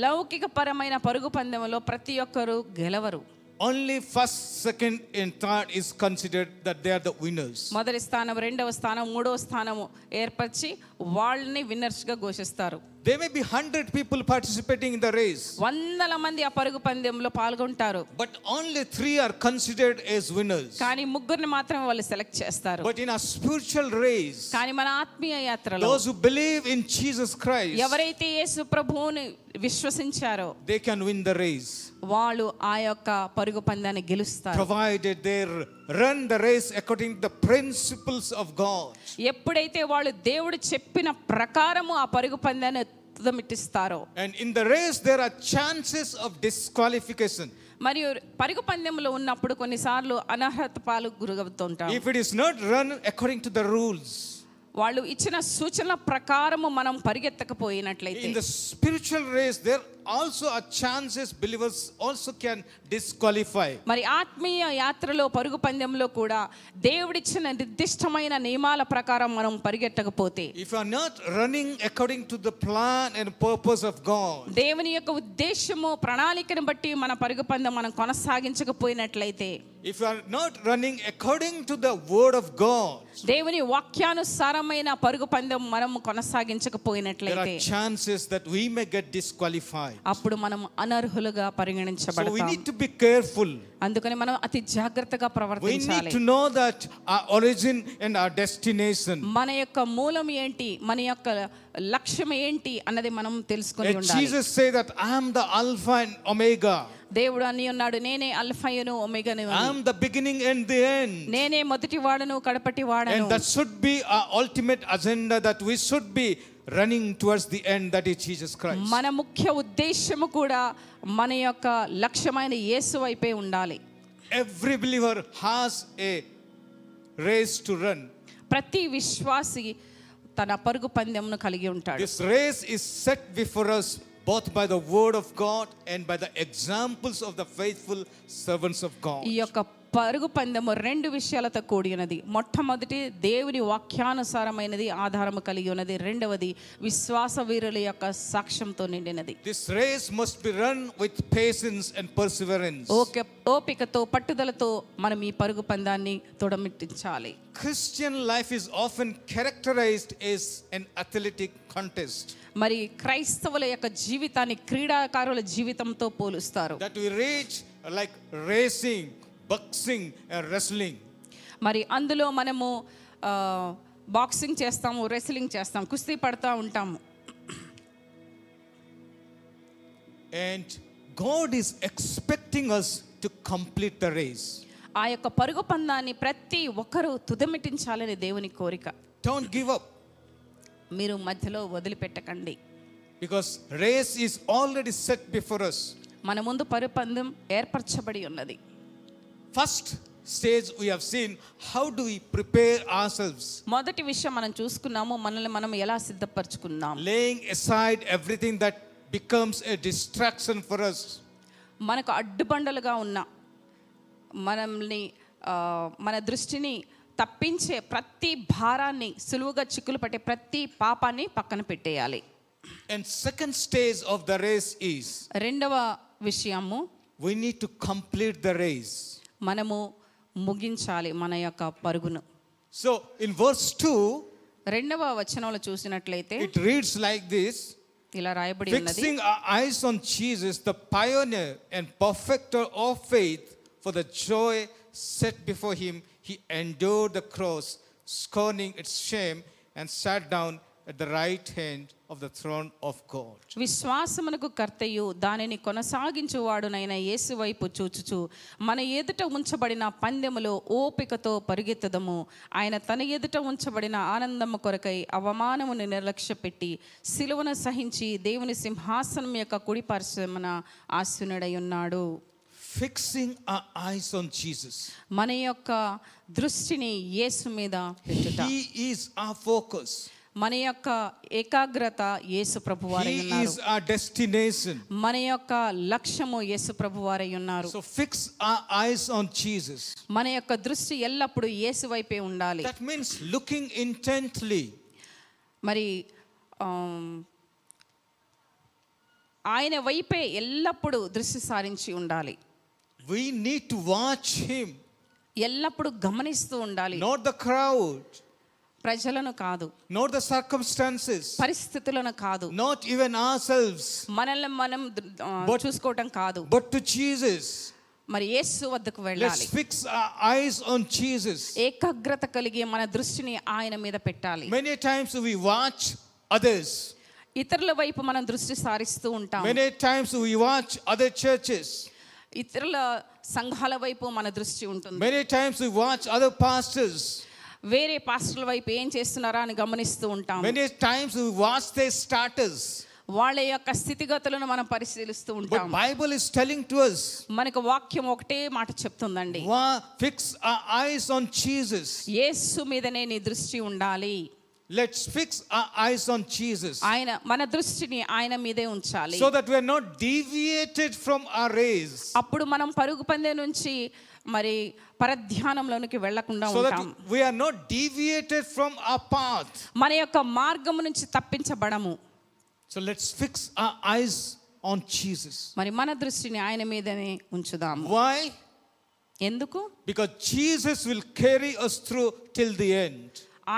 Speaker 2: లౌకిక పరమైన పరుగు పందెంలో ప్రతి ఒక్కరూ గెలవరు
Speaker 1: Only first, second, and third is considered that they are the winners.
Speaker 2: మొదటి స్థానం రెండవ స్థానం మూడవ స్థానము ఏర్పరిచి వాళ్ళని విన్నర్స్గా ఘోషిస్తారు
Speaker 1: There may be 100 people participating in the race.
Speaker 2: వందల మంది ఆ పరుగు పందెంలో పాల్గొంటారు
Speaker 1: But only three are considered as winners.
Speaker 2: కానీ ముగ్గురిని మాత్రమే వాళ్ళు సెలెక్ట్ చేస్తారు
Speaker 1: But in our spiritual race,
Speaker 2: కానీ మన ఆత్మీయ యాత్రలో
Speaker 1: those who believe in Jesus Christ,
Speaker 2: ఎవరైతే యేసు ప్రభువుని విశ్వసించారో
Speaker 1: they can win the race,
Speaker 2: వాళ్ళు ఆ యొక్క పరుగు పందాన్ని గెలుస్తారు
Speaker 1: provided they run the race according to the principles of God.
Speaker 2: ఎప్పుడైతే వాళ్ళు దేవుడు చెప్పిన ప్రకారము ఆ పరుగు పందాన్ని తుదమిట్టిస్తారో
Speaker 1: And in the race, there are chances of disqualification.
Speaker 2: మరియు పరుగు పందెంలో ఉన్నప్పుడు కొన్నిసార్లు అనర్హత పాలు గురవుతుంటాం
Speaker 1: If it is not run according to the rules,
Speaker 2: వాళ్ళు ఇచ్చిన సూచనల ప్రకారము మనం పరిగెత్తకపోయినట్లయితే
Speaker 1: in the spiritual race, there also are chances believers also can disqualify.
Speaker 2: మరి ఆత్మీయ యాత్రలో పరుగు పందెంలో కూడా దేవుడిచ్చిన నిర్దిష్టమైన నియమాల ప్రకారం మనం పరిగెత్తకపోతే
Speaker 1: If you are not running according to the plan and purpose of God,
Speaker 2: దేవుని యొక్క ఉద్దేశము ప్రణాళికను బట్టి మన పరుగు పందెం మనం కొనసాగించకపోయినట్లయితే
Speaker 1: if you are not running according to the word of God,
Speaker 2: దేవుని వాక్యానుసారమైన పరుగు పందెం మనం
Speaker 1: there
Speaker 2: కొనసాగించకపోయినట్లయితే
Speaker 1: are chances that we may get disqualified.
Speaker 2: అప్పుడు మనం అనర్హులుగా
Speaker 1: So we
Speaker 2: పరిగణించబడతాం
Speaker 1: need to be careful.
Speaker 2: అందుకని మనం అతి జాగ్రత్తగా
Speaker 1: We need
Speaker 2: ప్రవర్తించాలి
Speaker 1: to know that our origin and our destination.
Speaker 2: మన యొక్క మూలం ఏంటి మన యొక్క లక్ష్యం ఏంటి అన్నది మనం తెలుసుకొని
Speaker 1: And
Speaker 2: ఉండాలి
Speaker 1: Jesus said that I am the Alpha and Omega.
Speaker 2: దేవుడు అని ఉన్నాడు నేనే అల్ఫాయును ఒమేగాను అని.
Speaker 1: I am the beginning and the end.
Speaker 2: నేనే మొదటి వాడను కడపటి వాడను
Speaker 1: And that should be our ultimate agenda that we should be running towards the end, that is Jesus Christ.
Speaker 2: మన ముఖ్య ఉద్దేశము కూడా మన యొక్క లక్ష్యమైన యేసు వైపే ఉండాలి
Speaker 1: Every believer has a race to run.
Speaker 2: ప్రతి విశ్వాసి తన పరుగు పందెంను కలిగి ఉంటాడు
Speaker 1: This race is set before us both by the word of God and by the examples of the faithful servants of God.
Speaker 2: ఈ యొక్క పరుగు పందెము రెండు విషయాలతో కూడినది మొట్టమొదటి దేవుని వాక్యానుసారమైనది ఆధారము కలిగి ఉన్నది రెండవది విశ్వాస వీరుల యొక్క సాక్ష్యంతో నిండినది
Speaker 1: This race must be run with patience and perseverance.
Speaker 2: Okay ఓపికతో పట్టుదలతో మనం ఈ పరుగు పందాన్ని తొడమిట్టించాలి
Speaker 1: Christian life is often characterized as an athletic contest
Speaker 2: మరి క్రైస్తవుల యొక్క జీవితాన్ని క్రీడాకారుల జీవితంతో పోలుస్తారు
Speaker 1: that we reach like racing, boxing, and wrestling.
Speaker 2: మరి అందులో మనము ఆ, బాక్సింగ్ చేస్తాము రెస్లింగ్ చేస్తాము కుస్తీ పడతా ఉంటాము
Speaker 1: And God is expecting us to complete the race.
Speaker 2: ఆ యొక్క పరుగు పందాన్ని ప్రతి ఒక్కరూ తుదమిటించాలని దేవుని కోరిక
Speaker 1: Don't give up
Speaker 2: మీరు మధ్యలో వదిలిపెట్టకండి
Speaker 1: because race is already set before us.
Speaker 2: మన ముందు పరుపందం ఏర్పరచబడి ఉన్నది
Speaker 1: First stage we have seen how do we prepare ourselves
Speaker 2: మొదటి విషయం మనం చూసుకున్నాము మనల్ని మనం ఎలా సిద్ధపరచుకున్నాం
Speaker 1: laying aside everything that becomes a distraction for us
Speaker 2: మనకు అడ్డుబండలుగా ఉన్న మనల్ని ఆ, మన దృష్టిని తప్పించే ప్రతి భారాన్ని సులువుగా చిక్కులు పట్టే ప్రతి పాపాన్ని పక్కన పెట్టేయాలి
Speaker 1: and second stage of the race is
Speaker 2: రెండవ విషయము
Speaker 1: we need to complete the race
Speaker 2: మనము ముగించాలి మన యొక్క పరుగును
Speaker 1: so in verse 2
Speaker 2: రెండవ వచనంలో చూసినట్లయితే
Speaker 1: it reads like this
Speaker 2: ఇలా రాయబడి ఉన్నది
Speaker 1: fixing our eyes on jesus the pioneer and perfecter of faith for the joy set before him he endured the cross scorning its shame and sat down at the right hand of the throne of god
Speaker 2: విశ్వాసమునకు కర్తయు దానిని కొనసాగించువాడునైన యేసు వైపు చూచుచు మన ఎదుట ఉంచబడిన పందెములో ఓపికతో పరిగెత్తదము ఆయన తన ఎదుట ఉంచబడిన ఆనందము కొరకై అవమానమును నిర్లక్ష్య పెట్టి సిలువను సహించి దేవుని సింహాసనం యొక్క కుడి పార్శ్వమున ఆసీనుడై ఉన్నాడు
Speaker 1: fixing our eyes on jesus
Speaker 2: మన యొక్క దృష్టిని యేసు మీద పెట్టుట
Speaker 1: he is our focus
Speaker 2: మన యొక్క ఏకాగ్రత యేసు ప్రభువారై
Speaker 1: he
Speaker 2: ఉన్నారు
Speaker 1: is our destination
Speaker 2: మన యొక్క లక్ష్యము యేసు ప్రభువారై ఉన్నారు
Speaker 1: so fix our eyes on jesus
Speaker 2: మన యొక్క దృష్టి ఎల్లప్పుడూ యేసు వైపే ఉండాలి
Speaker 1: that means looking intently
Speaker 2: మరి ఆమ్, ఆయన వైపే ఎల్లప్పుడూ దృష్టి సారించి ఉండాలి
Speaker 1: we need to watch him
Speaker 2: ఎల్లప్పుడూ గమనిస్తూ ఉండాలి
Speaker 1: not the crowd,
Speaker 2: ప్రజలను కాదు
Speaker 1: not the circumstances,
Speaker 2: పరిస్థితులను కాదు
Speaker 1: not even ourselves,
Speaker 2: మనల్ని మనం దృ- ఆ,
Speaker 1: But-
Speaker 2: చూసుకోవటం కాదు
Speaker 1: but to Jesus.
Speaker 2: మరి యేసు వద్దకు
Speaker 1: Let's
Speaker 2: వెళ్ళాలి
Speaker 1: fix our eyes on Jesus.
Speaker 2: ఏకాగ్రత కలిగి మన దృష్టిని ఆయన మీద పెట్టాలి
Speaker 1: Many times we watch others,
Speaker 2: ఇతరుల వైపు మనం దృష్టి సారిస్తూ ఉంటాం
Speaker 1: many times we watch other churches,
Speaker 2: Mm. ఇతరుల సంఘాల వైపు మన దృష్టి ఉంటుంది
Speaker 1: many times we watch other pastors,
Speaker 2: వేరే పాస్టర్ల వైపు ఏం చేస్తున్నారా అని గమనిస్తూ ఉంటాం
Speaker 1: many times we watch their starters.
Speaker 2: వాళ్ళ యొక్క స్థితిగతులను మనం పరిశీలిస్తూ ఉంటాం
Speaker 1: But Bible is telling to us,
Speaker 2: మనకు వాక్యం ఒకటే మాట చెప్తుందండి
Speaker 1: wa- fix our eyes on Jesus.
Speaker 2: యేసు మీదనే నీ దృష్టి ఉండాలి
Speaker 1: Let's fix our eyes on Jesus.
Speaker 2: ఆయన మన దృష్టిని ఆయన మీదే ఉంచాలి
Speaker 1: so that we are not deviated from our race
Speaker 2: అప్పుడు మనం పరుగు పందె నుంచి మరి పరధ్యానంలోనికి వెళ్లకుండా
Speaker 1: so that
Speaker 2: ఉంటాం
Speaker 1: we are not deviated from our path
Speaker 2: మన యొక్క మార్గం నుంచి తప్పించబడము
Speaker 1: so let's fix our eyes on jesus
Speaker 2: మరి మన దృష్టిని ఆయన మీదనే ఉంచుదాము
Speaker 1: why
Speaker 2: ఎందుకు
Speaker 1: because jesus will carry us through till the end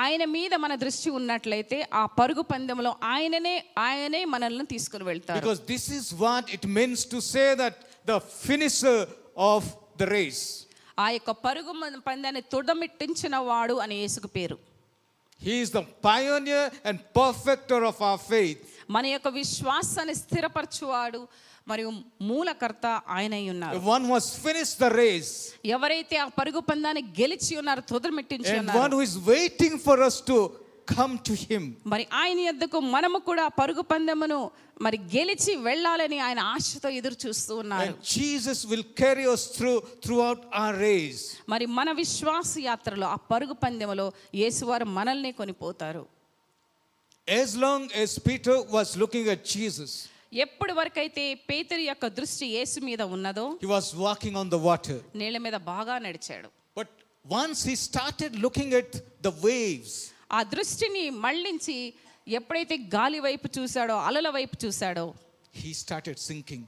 Speaker 2: ఆయన మీద మన దృష్టి ఉన్నట్లయితే ఆ పరుగు పందెంలో ఆయననే ఆయనే మనల్ని తీసుకుని వెళ్తారు
Speaker 1: because this is what it means to say that the finisher of the race
Speaker 2: ఆ యొక్క పరుగు మన- పందాన్ని తుడమిట్టించిన వాడు అని యేసుకు పేరు
Speaker 1: he is the pioneer and perfecter of our faith
Speaker 2: మన యొక్క విశ్వాసాన్ని స్థిరపరచువాడు మరియు మూలకర్త ఆయనై
Speaker 1: the
Speaker 2: ఉన్నారు
Speaker 1: one who has finished the race
Speaker 2: ఎవరైతే ఆ పరుగు పందాన్ని గెలిచి ఉన్నారో తుదమిట్టించి
Speaker 1: and one
Speaker 2: ఉన్నారు
Speaker 1: who is waiting for us to come to him
Speaker 2: మరి ఆయన యొద్దకు మనము కూడా ఆ పరుగు పందెమును మరి గెలిచి వెళ్ళాలని ఆయన ఆశతో ఎదురు చూస్తూ ఉన్నారు
Speaker 1: And Jesus will carry us through throughout our race.
Speaker 2: మరి మన విశ్వాస యాత్రలో ఆ పరుగు పందెములో యేసువారు మనల్ని కొనిపోతారు
Speaker 1: As long as Peter was looking at Jesus,
Speaker 2: ఎప్పటి వరకైతే పేతురు యొక్క దృష్టి యేసు మీద ఉన్నదో
Speaker 1: He was walking on the water.
Speaker 2: నీళ్ళ మీద బాగా నడిచాడు
Speaker 1: But once he started looking at the waves,
Speaker 2: ఆ దృష్టిని మళ్ళించి ఎప్పుడైతే గాలి వైపు చూశాడో అలల వైపు చూశాడో
Speaker 1: he started sinking.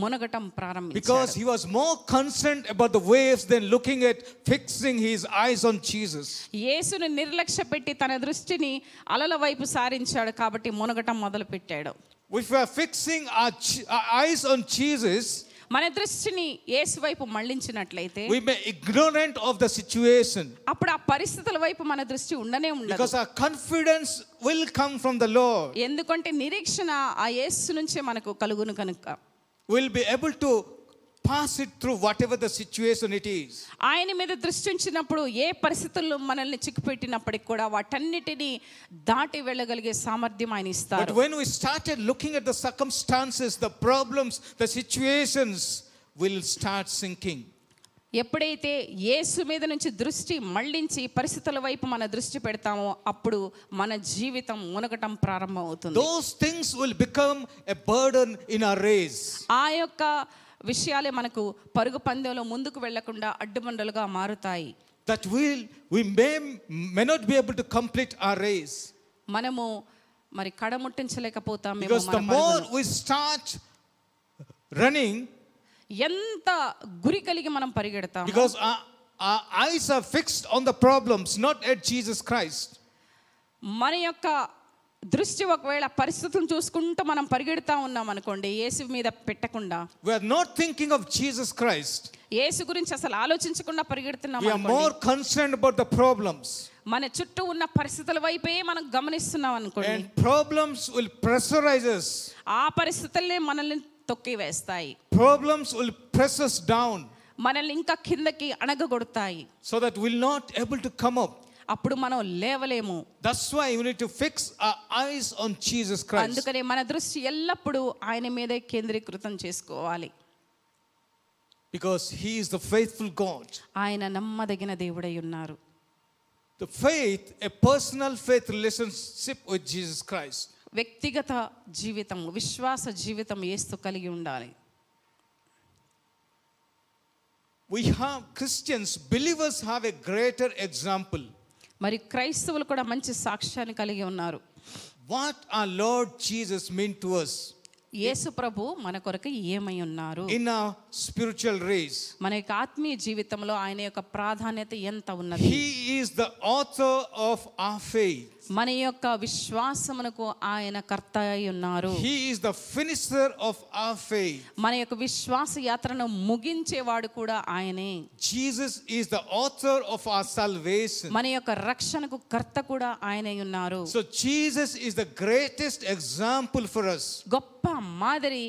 Speaker 2: మునగటం ప్రారంభించాడు
Speaker 1: Because he was more concerned about the waves than looking at fixing his eyes on Jesus.
Speaker 2: యేసును నిర్లక్ష్య పెట్టి తన దృష్టిని అలల వైపు సారించాడు కాబట్టి మునగటం మొదలుపెట్టాడు
Speaker 1: If we are fixing our, ch- our eyes on Jesus,
Speaker 2: మన దృష్టిని యేసు వైపు మళ్ళించినట్లయితే
Speaker 1: we may ignorant of the situation
Speaker 2: అప్పుడు ఆ పరిస్థితుల వైపు మన దృష్టి ఉండనే ఉండదు
Speaker 1: because our confidence will come from the Lord.
Speaker 2: ఎందుకంటే నిరీక్షణ ఆ యేసు నుంచే మనకు కలుగును కనుక
Speaker 1: We'll be able to pass it through whatever the situation it is.
Speaker 2: ఆయన మీద దృష్టి ఉంచినప్పుడు ఏ పరిస్థితుల్లో మనల్ని చిక్కుపెట్టినప్పటికి కూడా వాటన్నిటిని దాటి వెళ్ళగలిగే సామర్థ్యం ఆయన
Speaker 1: But
Speaker 2: ఇస్తారు
Speaker 1: when we started looking at the circumstances, the problems, the situations, we'll start sinking.
Speaker 2: ఎప్పుడైతే యేసు మీద నుంచి దృష్టి మళ్ళించి పరిస్థితుల వైపు మన దృష్టి పెడతామో అప్పుడు మన జీవితం మునగటం ప్రారంభమవుతుంది
Speaker 1: Those things will become a burden in our race.
Speaker 2: ఆ యొక్క విషయాలే మనకు పరుగు పందెంలో ముందుకు వెళ్లకుండా అడ్డుబండలుగా మారుతాయి
Speaker 1: that we'll, we may, may not be able to complete our race.
Speaker 2: మనము మరి కడముట్టించలేకపోతాం
Speaker 1: Because the more we start running,
Speaker 2: ఎంత గురి కలిగి మనం పరిగెడతాం
Speaker 1: because our, our eyes are fixed on the problems, not at Jesus Christ.
Speaker 2: మన యొక్క దృష్టి ఒకవేళ పరిస్థితులను చూసుకుంటూ మనం పరిగెడతా ఉన్నాం అనుకోండి యేసు మీద పెట్టకుండా
Speaker 1: We are not thinking of Jesus Christ.
Speaker 2: యేసు గురించి అసలు ఆలోచించకుండా పరిగెడుతున్నాం
Speaker 1: We are
Speaker 2: అనుకోండి.
Speaker 1: more concerned about the problems.
Speaker 2: మన చుట్టూ ఉన్న పరిస్థితుల వైపే మనం గమనిస్తున్నాం అనుకోండి
Speaker 1: And problems will pressurize us,
Speaker 2: ఆ పరిస్థితులనే మనల్ని తొక్కి వేస్తాయి
Speaker 1: problems will press us down
Speaker 2: మనల్ని ఇంకా కిందకి అణగగొడతాయి
Speaker 1: so that we'll not able to come up.
Speaker 2: అప్పుడు మనం లేవలేము
Speaker 1: That's why we need to fix our eyes on Jesus Christ.
Speaker 2: అందుకనే మన దృష్టి ఎల్లప్పుడూ ఆయన మీదే కేంద్రీకృతం చేసుకోవాలి
Speaker 1: Because he is the faithful God.
Speaker 2: ఆయన నమ్మదగిన దేవుడై ఉన్నారు
Speaker 1: The faith, a personal faith relationship with Jesus Christ.
Speaker 2: వ్యక్తిగత జీవితం విశ్వాస జీవితం ఏస్తూ కలిగి ఉండాలి
Speaker 1: We have Christians, believers have a greater example.
Speaker 2: మరి క్రైస్తవులు కూడా మంచి సాక్ష్యాన్ని కలిగి ఉన్నారు
Speaker 1: What our Lord Jesus meant to us
Speaker 2: యేసు ప్రభు మన కొరకు ఏమై ఉన్నారు
Speaker 1: in our spiritual race.
Speaker 2: మన యొక్క ఆత్మీయ జీవితంలో ఆయన యొక్క ప్రాధాన్యత ఎంత ఉన్నది
Speaker 1: He is the author of our faith.
Speaker 2: మన యొక్క విశ్వాసమునకు ఆయన కర్త అయి ఉన్నారు
Speaker 1: He is the finisher of our faith.
Speaker 2: మన యొక్క విశ్వాస యాత్రను ముగించేవాడు కూడా ఆయనే
Speaker 1: Jesus is the author of our salvation.
Speaker 2: మన యొక్క రక్షణకు కర్త కూడా ఆయనే ఉన్నారు
Speaker 1: So Jesus is the greatest example for us.
Speaker 2: గొప్ప మాదిరి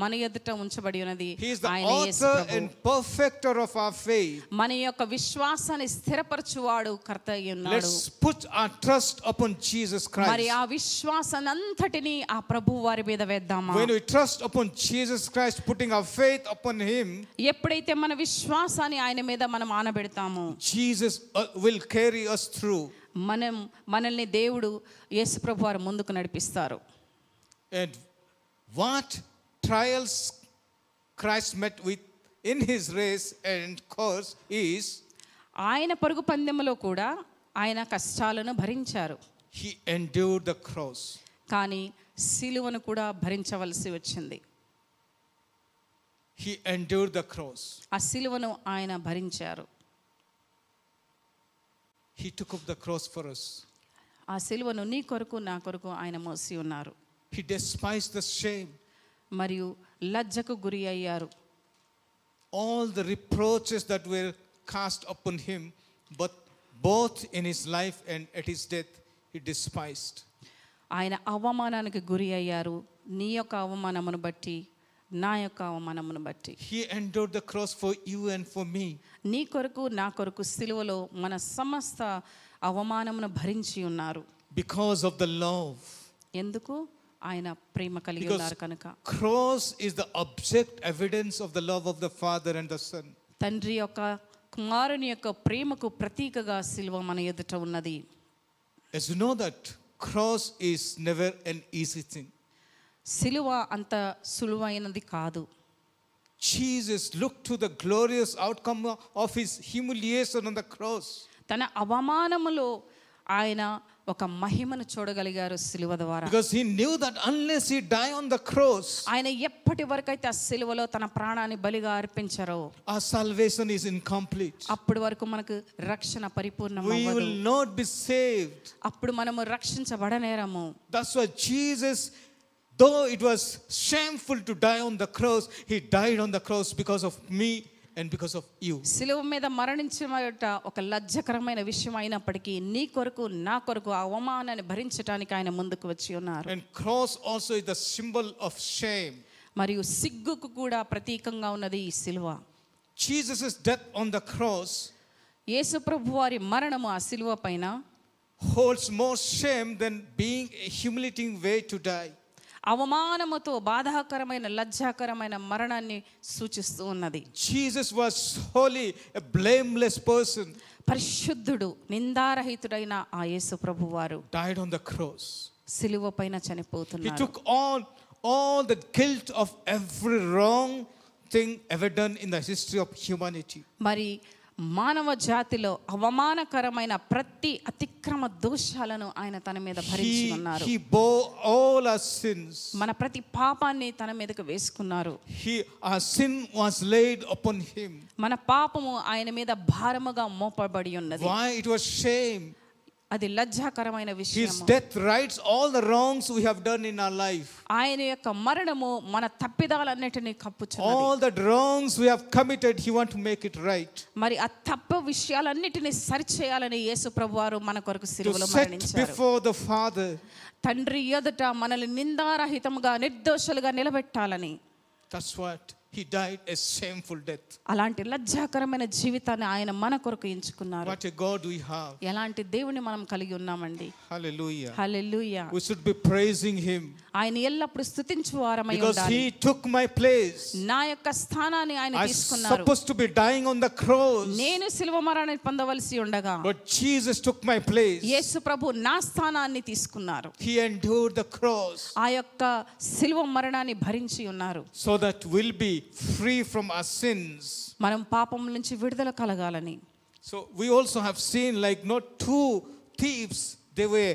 Speaker 2: మన ఎదుట ఉంచబడి ఉన్నది
Speaker 1: He is the
Speaker 2: ఆయన యేసు
Speaker 1: author
Speaker 2: Prabhu.
Speaker 1: and perfecter of our faith.
Speaker 2: మన యొక్క విశ్వాసాన్ని స్థిరపరచువాడు కర్త అయి ఉన్నాడు
Speaker 1: Let's put our trust upon Jesus
Speaker 2: మరి
Speaker 1: Christ.
Speaker 2: ఆ విశ్వాసానంతటిని ఆ ప్రభు వారి మీద వేద్దామా
Speaker 1: When we trust upon Jesus Christ, putting our faith upon Him,
Speaker 2: ఎప్పుడైతే మన విశ్వాసాన్ని ఆయన మీద మనం ఆనబెడతామో
Speaker 1: Jesus uh, will carry us through.
Speaker 2: మనం మనల్ని దేవుడు యేసు ప్రభు వారు ముందుకు నడిపిస్తారు
Speaker 1: And what trials Christ met with in His race and course is
Speaker 2: ఆయన పరుగు పందెంలో కూడా ఆయన కష్టాలను భరించారు
Speaker 1: He endured the cross.
Speaker 2: కానీ సిలువను కూడా భరించవలసి వచ్చింది
Speaker 1: He endured the cross.
Speaker 2: ఆ సిలువను ఆయన భరించారు
Speaker 1: He took up the cross for us.
Speaker 2: ఆ సిలువను నీ కొరకు నా కొరకు ఆయన మోసి ఉన్నారు
Speaker 1: He despised the shame,
Speaker 2: మరియు లజ్జకు గురి అయ్యారు
Speaker 1: all the reproaches that were cast upon him, but both in his life and at his death, he despised.
Speaker 2: ఆయన అవమానానికి గురి అయ్యారు నీ యొక్క అవమానమును బట్టి నా యొక్క అవమానమును బట్టి
Speaker 1: He endured the cross for you and for me.
Speaker 2: నీ కొరకు నా కొరకు సిలువలో మన సమస్త అవమానమును భరించి ఉన్నారు
Speaker 1: Because of the love.
Speaker 2: ఎందుకు ఆయన ప్రేమ కలిగి
Speaker 1: Because
Speaker 2: ఉన్నారు కనుక
Speaker 1: cross is the object evidence of the love of the Father and the Son.
Speaker 2: తండ్రి యొక్క కుమారుని యొక్క ప్రేమకు ప్రతీకగా సిలువ మన ఎదుట ఉన్నది
Speaker 1: As you know that cross is never an easy thing.
Speaker 2: సిలువ అంత సులువైనది కాదు
Speaker 1: Jesus looked to the glorious outcome of his humiliation on the cross.
Speaker 2: తన అవమానములో ఆయన ఒక మహిమను చూడగలిగారు సిలువ ద్వారా
Speaker 1: Because he knew that unless he die on the cross,
Speaker 2: ఆయన ఎప్పటి వరకైతే ఆ సిలువలో తన ప్రాణాన్ని బలిగా అర్పించారో
Speaker 1: our salvation is incomplete.
Speaker 2: అప్పటి వరకు మనకు రక్షణ పరిపూర్ణం
Speaker 1: We
Speaker 2: అవ్వదు.
Speaker 1: will not be saved.
Speaker 2: అప్పుడు మనము రక్షించబడనేరము
Speaker 1: That's why Jesus, though it was shameful to die on the cross, he died on the cross because of me and because of you.
Speaker 2: సిలువ మీద మరణించమట ఒక లజ్జకరమైన విషయం అయినప్పటికీ నీ కొరకు నా కొరకు ఆ అవమానాన్ని భరించడానికి ఆయన ముందుకు వచ్చి ఉన్నారు
Speaker 1: And cross also is the symbol of shame.
Speaker 2: మరియు సిగ్గుకు కూడా ప్రతీకంగా ఉన్నది ఈ సిలువ
Speaker 1: Jesus' death on the cross
Speaker 2: యేసు ప్రభు వారి మరణము ఆ సిలువ పైన
Speaker 1: holds more shame than being a humiliating way to die.
Speaker 2: అవమానముతో బాధాకరమైన లజ్జాకరమైన మరణాన్ని సూచిస్తూ ఉన్నది
Speaker 1: Jesus was holy, a blameless person,
Speaker 2: పరిశుద్ధుడు నిందారహితుడైన ఆ యేసు ప్రభు వారు
Speaker 1: died on the cross.
Speaker 2: సిలువ పైన
Speaker 1: He
Speaker 2: చనిపోతున్నారు
Speaker 1: took on all the guilt of every wrong thing ever done in the history of humanity.
Speaker 2: మరి మానవ జాతిలో అవమానకరమైన ప్రతి అతిక్రమ దోషాలను ఆయన తన మీద భరించి
Speaker 1: He,
Speaker 2: ఉన్నారు
Speaker 1: he bore all our sins.
Speaker 2: మన ప్రతి పాపాన్ని తన మీదకు వేసుకున్నారు
Speaker 1: He, our sin was laid upon him.
Speaker 2: మన పాపము ఆయన మీద భారముగా మోపబడి ఉన్నది
Speaker 1: Why? It was shame.
Speaker 2: అది లజ్జాకరమైన
Speaker 1: His
Speaker 2: విషయం
Speaker 1: death rights all the wrongs we have done in our life.
Speaker 2: ఆయన యొక్క మరణము మన తప్పిదాలన్నిటినీ కప్పుచున్నది
Speaker 1: All the wrongs we have committed, he want to make it right.
Speaker 2: మరి ఆ తప్ప విషయాలన్నిటినీ సరిచేయాలని యేసు ప్రభువారు మన కొరకు
Speaker 1: To
Speaker 2: సిలువలో
Speaker 1: set
Speaker 2: మరణించారు
Speaker 1: before the Father.
Speaker 2: తండ్రి ఎదుట మనల్ని నిందారహితముగా నిర్దోషులుగా నిలబెట్టాలని
Speaker 1: That's what he died a shameful death.
Speaker 2: అలాంటి లజ్జాకరమైన జీవితాన్ని ఆయన మన కొరకు ఎంచుకున్నారు
Speaker 1: What a God we have.
Speaker 2: ఎలాంటి దేవుని మనం కలిగి ఉన్నామండి
Speaker 1: Hallelujah.
Speaker 2: Hallelujah
Speaker 1: We should be praising him
Speaker 2: ఆయన ఎల్లప్పుడు స్థుతించు వారమై
Speaker 1: because
Speaker 2: ఉండాలి
Speaker 1: he took my place.
Speaker 2: నా యొక్క స్థానాన్ని ఆయన
Speaker 1: I
Speaker 2: తీసుకున్నారు
Speaker 1: supposed to be dying on the cross,
Speaker 2: నేను సిలువ మరణాన్ని పొందవలసి ఉండగా
Speaker 1: but Jesus took my place.
Speaker 2: యేసు ప్రభు నా స్థానాన్ని తీసుకున్నారు
Speaker 1: He endured the cross
Speaker 2: ఆ యొక్క సిలువ మరణాన్ని భరించి ఉన్నారు
Speaker 1: so that we'll be free from our sins.
Speaker 2: మనం పాపం నుంచి విడుదల కలగాలని
Speaker 1: So we also have seen like not two thieves, they were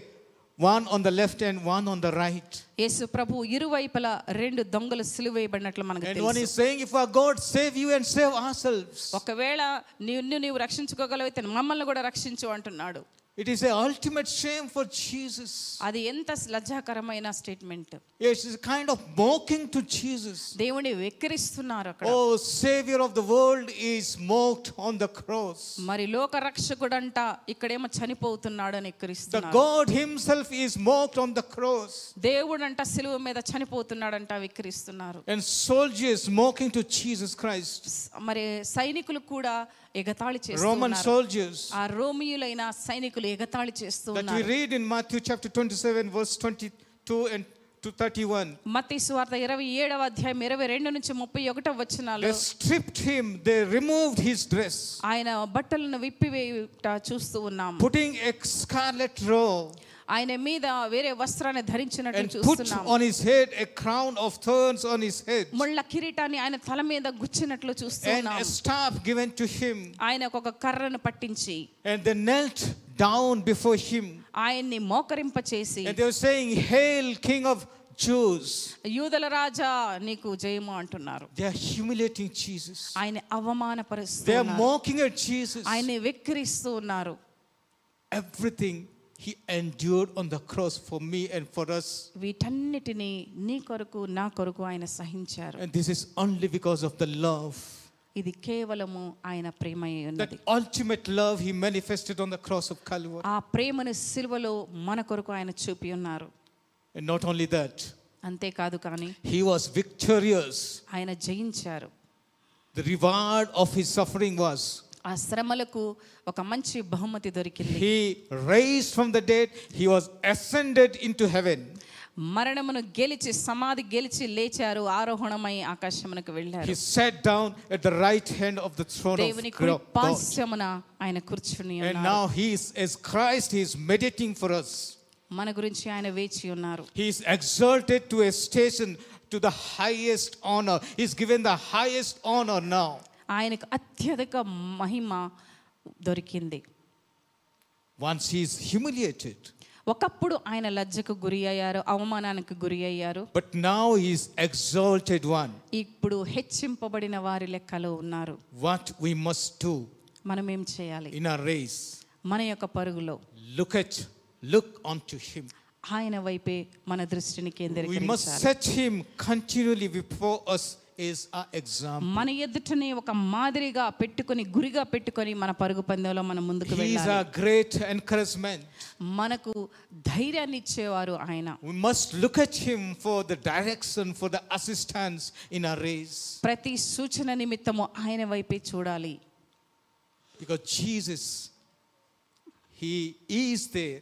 Speaker 1: one on the left and one on the right.
Speaker 2: యేసు ప్రభు ఇరువైపుల రెండు దొంగలు సిలువేయబడినట్లు మనకు
Speaker 1: And one
Speaker 2: తెలుసు
Speaker 1: is saying, If our God save you and save ourselves.
Speaker 2: ఒకవేళ నిన్ను నీవు రక్షించుకోగలిగితే మమ్మల్ని కూడా రక్షించు అంటున్నాడు
Speaker 1: It is a ultimate shame for Jesus.
Speaker 2: అది ఎంత లజ్జాకరమైన statement
Speaker 1: It is a kind of mocking to Jesus.
Speaker 2: దేవుని వెక్కిరిస్తున్నారు అక్కడ
Speaker 1: Oh, Savior of the world is mocked on the cross.
Speaker 2: మరి లోక రక్షకుడంట ఇక్కడేమో చనిపోతున్నాడు అని
Speaker 1: The
Speaker 2: వెక్కిరిస్తున్నారు
Speaker 1: God Himself is mocked on the cross.
Speaker 2: దేవుడంట సిలువ మీద చనిపోతున్నాడంట వెక్కిరిస్తున్నారు
Speaker 1: And soldiers mocking to Jesus Christ.
Speaker 2: స్- మరి సైనికులు కూడా ఎగతాళి
Speaker 1: Roman
Speaker 2: చేస్తున్నారు
Speaker 1: soldiers
Speaker 2: ఆ రోమియులైన సైనికులు ఎగతాళి చేస్తూ
Speaker 1: that we
Speaker 2: ఉన్నారు
Speaker 1: read in Matthew chapter 27, verse 22 and to 31.
Speaker 2: మత్తయి సువార్త ఇరవై ఏడవ అధ్యాయం ఇరవై రెండు నుంచి ముప్పై ఒకటో
Speaker 1: They
Speaker 2: వచనాలు
Speaker 1: stripped him, they removed his dress,
Speaker 2: ఆయన బట్టలను విప్పివేయుట చూస్తూ ఉన్నాము
Speaker 1: putting a scarlet robe.
Speaker 2: ఆయన మీద వేరే వస్త్రాన్ని ధరించినట్లు
Speaker 1: and put
Speaker 2: చూస్తున్నాము
Speaker 1: on his head a crown of thorns on his head
Speaker 2: ముళ్ళ కిరీటాన్ని ఆయన తల మీద గుచ్చినట్లు
Speaker 1: and a
Speaker 2: చూస్తున్నాము
Speaker 1: staff given to him
Speaker 2: ఆయనకు ఒక కర్రను పట్టించి
Speaker 1: and they knelt down before him
Speaker 2: ఆయన్ని మోకరింప చేసి
Speaker 1: and they were saying hail king of jews
Speaker 2: యూదల రాజా నీకు జయము అంటున్నారు
Speaker 1: they are humiliating jesus
Speaker 2: ఆయన
Speaker 1: they are
Speaker 2: అవమానపరుస్తున్నారు
Speaker 1: mocking at jesus
Speaker 2: ఆయన్ని వెక్కిరిస్తూ ఉన్నారు
Speaker 1: everything he endured on the cross for me and for us
Speaker 2: వీటన్నిటినీ నీ కొరకు నా కొరకు ఆయన సహించారు
Speaker 1: and this is only because of the love
Speaker 2: ఇది కేవలము ఆయన ప్రేమ అయి
Speaker 1: that
Speaker 2: ఉన్నది
Speaker 1: ultimate love he manifested on the cross of calvary
Speaker 2: ఆ ప్రేమను సిలువలో మన కొరకు ఆయన చూపి ఉన్నారు
Speaker 1: and not only that
Speaker 2: అంతేకాదు కానీ
Speaker 1: he was victorious
Speaker 2: ఆయన జయించారు
Speaker 1: The reward of his suffering was
Speaker 2: ఆ శ్రమలకు ఒక మంచి బహుమతి దొరికింది
Speaker 1: he raised from the dead, he was ascended into heaven.
Speaker 2: మరణమును గెలిచి సమాధి గెలిచి లేచారు ఆరోహణమై ఆకాశమునకు
Speaker 1: He
Speaker 2: వెళ్ళారు
Speaker 1: sat down at the right hand of the throne
Speaker 2: దేవుని
Speaker 1: of Gro- God.
Speaker 2: కృపాస్యమున ఆయన కూర్చుని
Speaker 1: And
Speaker 2: ఉన్నారు
Speaker 1: now he is, as Christ, he is meditating for us.
Speaker 2: మన గురించి ఆయన వేచి ఉన్నారు
Speaker 1: He is exalted to a station to the highest honor. He is given the highest honor now.
Speaker 2: ఆయనకు అత్యధిక మహిమ దొరికింది
Speaker 1: Once he is humiliated,
Speaker 2: ఒకప్పుడు ఆయన లజ్జకు గురి అయ్యారు అవమానానికి గురి అయ్యారు
Speaker 1: but now he is exalted one.
Speaker 2: ఇప్పుడు హెచ్చింపబడిన వారి లెక్కలో ఉన్నారు
Speaker 1: What we must do
Speaker 2: మనం ఏం చేయాలి
Speaker 1: in our race,
Speaker 2: మన యొక్క పరుగులో
Speaker 1: look at, look unto him.
Speaker 2: ఆయన వైపే మన
Speaker 1: We
Speaker 2: దృష్టిని
Speaker 1: must
Speaker 2: కేంద్రీకరించాలి
Speaker 1: set him continually before us is our example.
Speaker 2: మన ఎదుటనే ఒక మాదిరిగా పెట్టుకొని గురిగా పెట్టుకొని మన పరుగు పందెంలో మనం ముందుకు
Speaker 1: He is
Speaker 2: వెళ్ళాలి
Speaker 1: our great encouragement.
Speaker 2: మనకు ధైర్యాన్ని ఇచ్చేవారు ఆయన
Speaker 1: We must look at him for the direction, for the assistance in our race.
Speaker 2: ప్రతి సూచన నిమిత్తము ఆయన వైపే చూడాలి
Speaker 1: Because Jesus, He is there.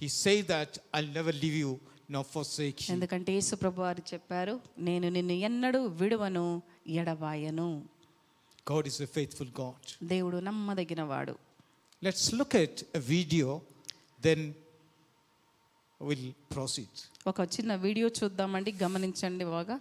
Speaker 1: He said that I'll never leave you nor forsake you.
Speaker 2: ఎందుకంటే యేసుప్రభు వారు చెప్పారు నేను నిన్ను ఎన్నడూ విడువను ఎడబాయను
Speaker 1: God is a faithful God.
Speaker 2: దేవుడు నమ్మదగినవాడు
Speaker 1: Let's look at a video, then we'll proceed.
Speaker 2: ఒక చిన్న వీడియో చూద్దామండి గమనించండి బాగా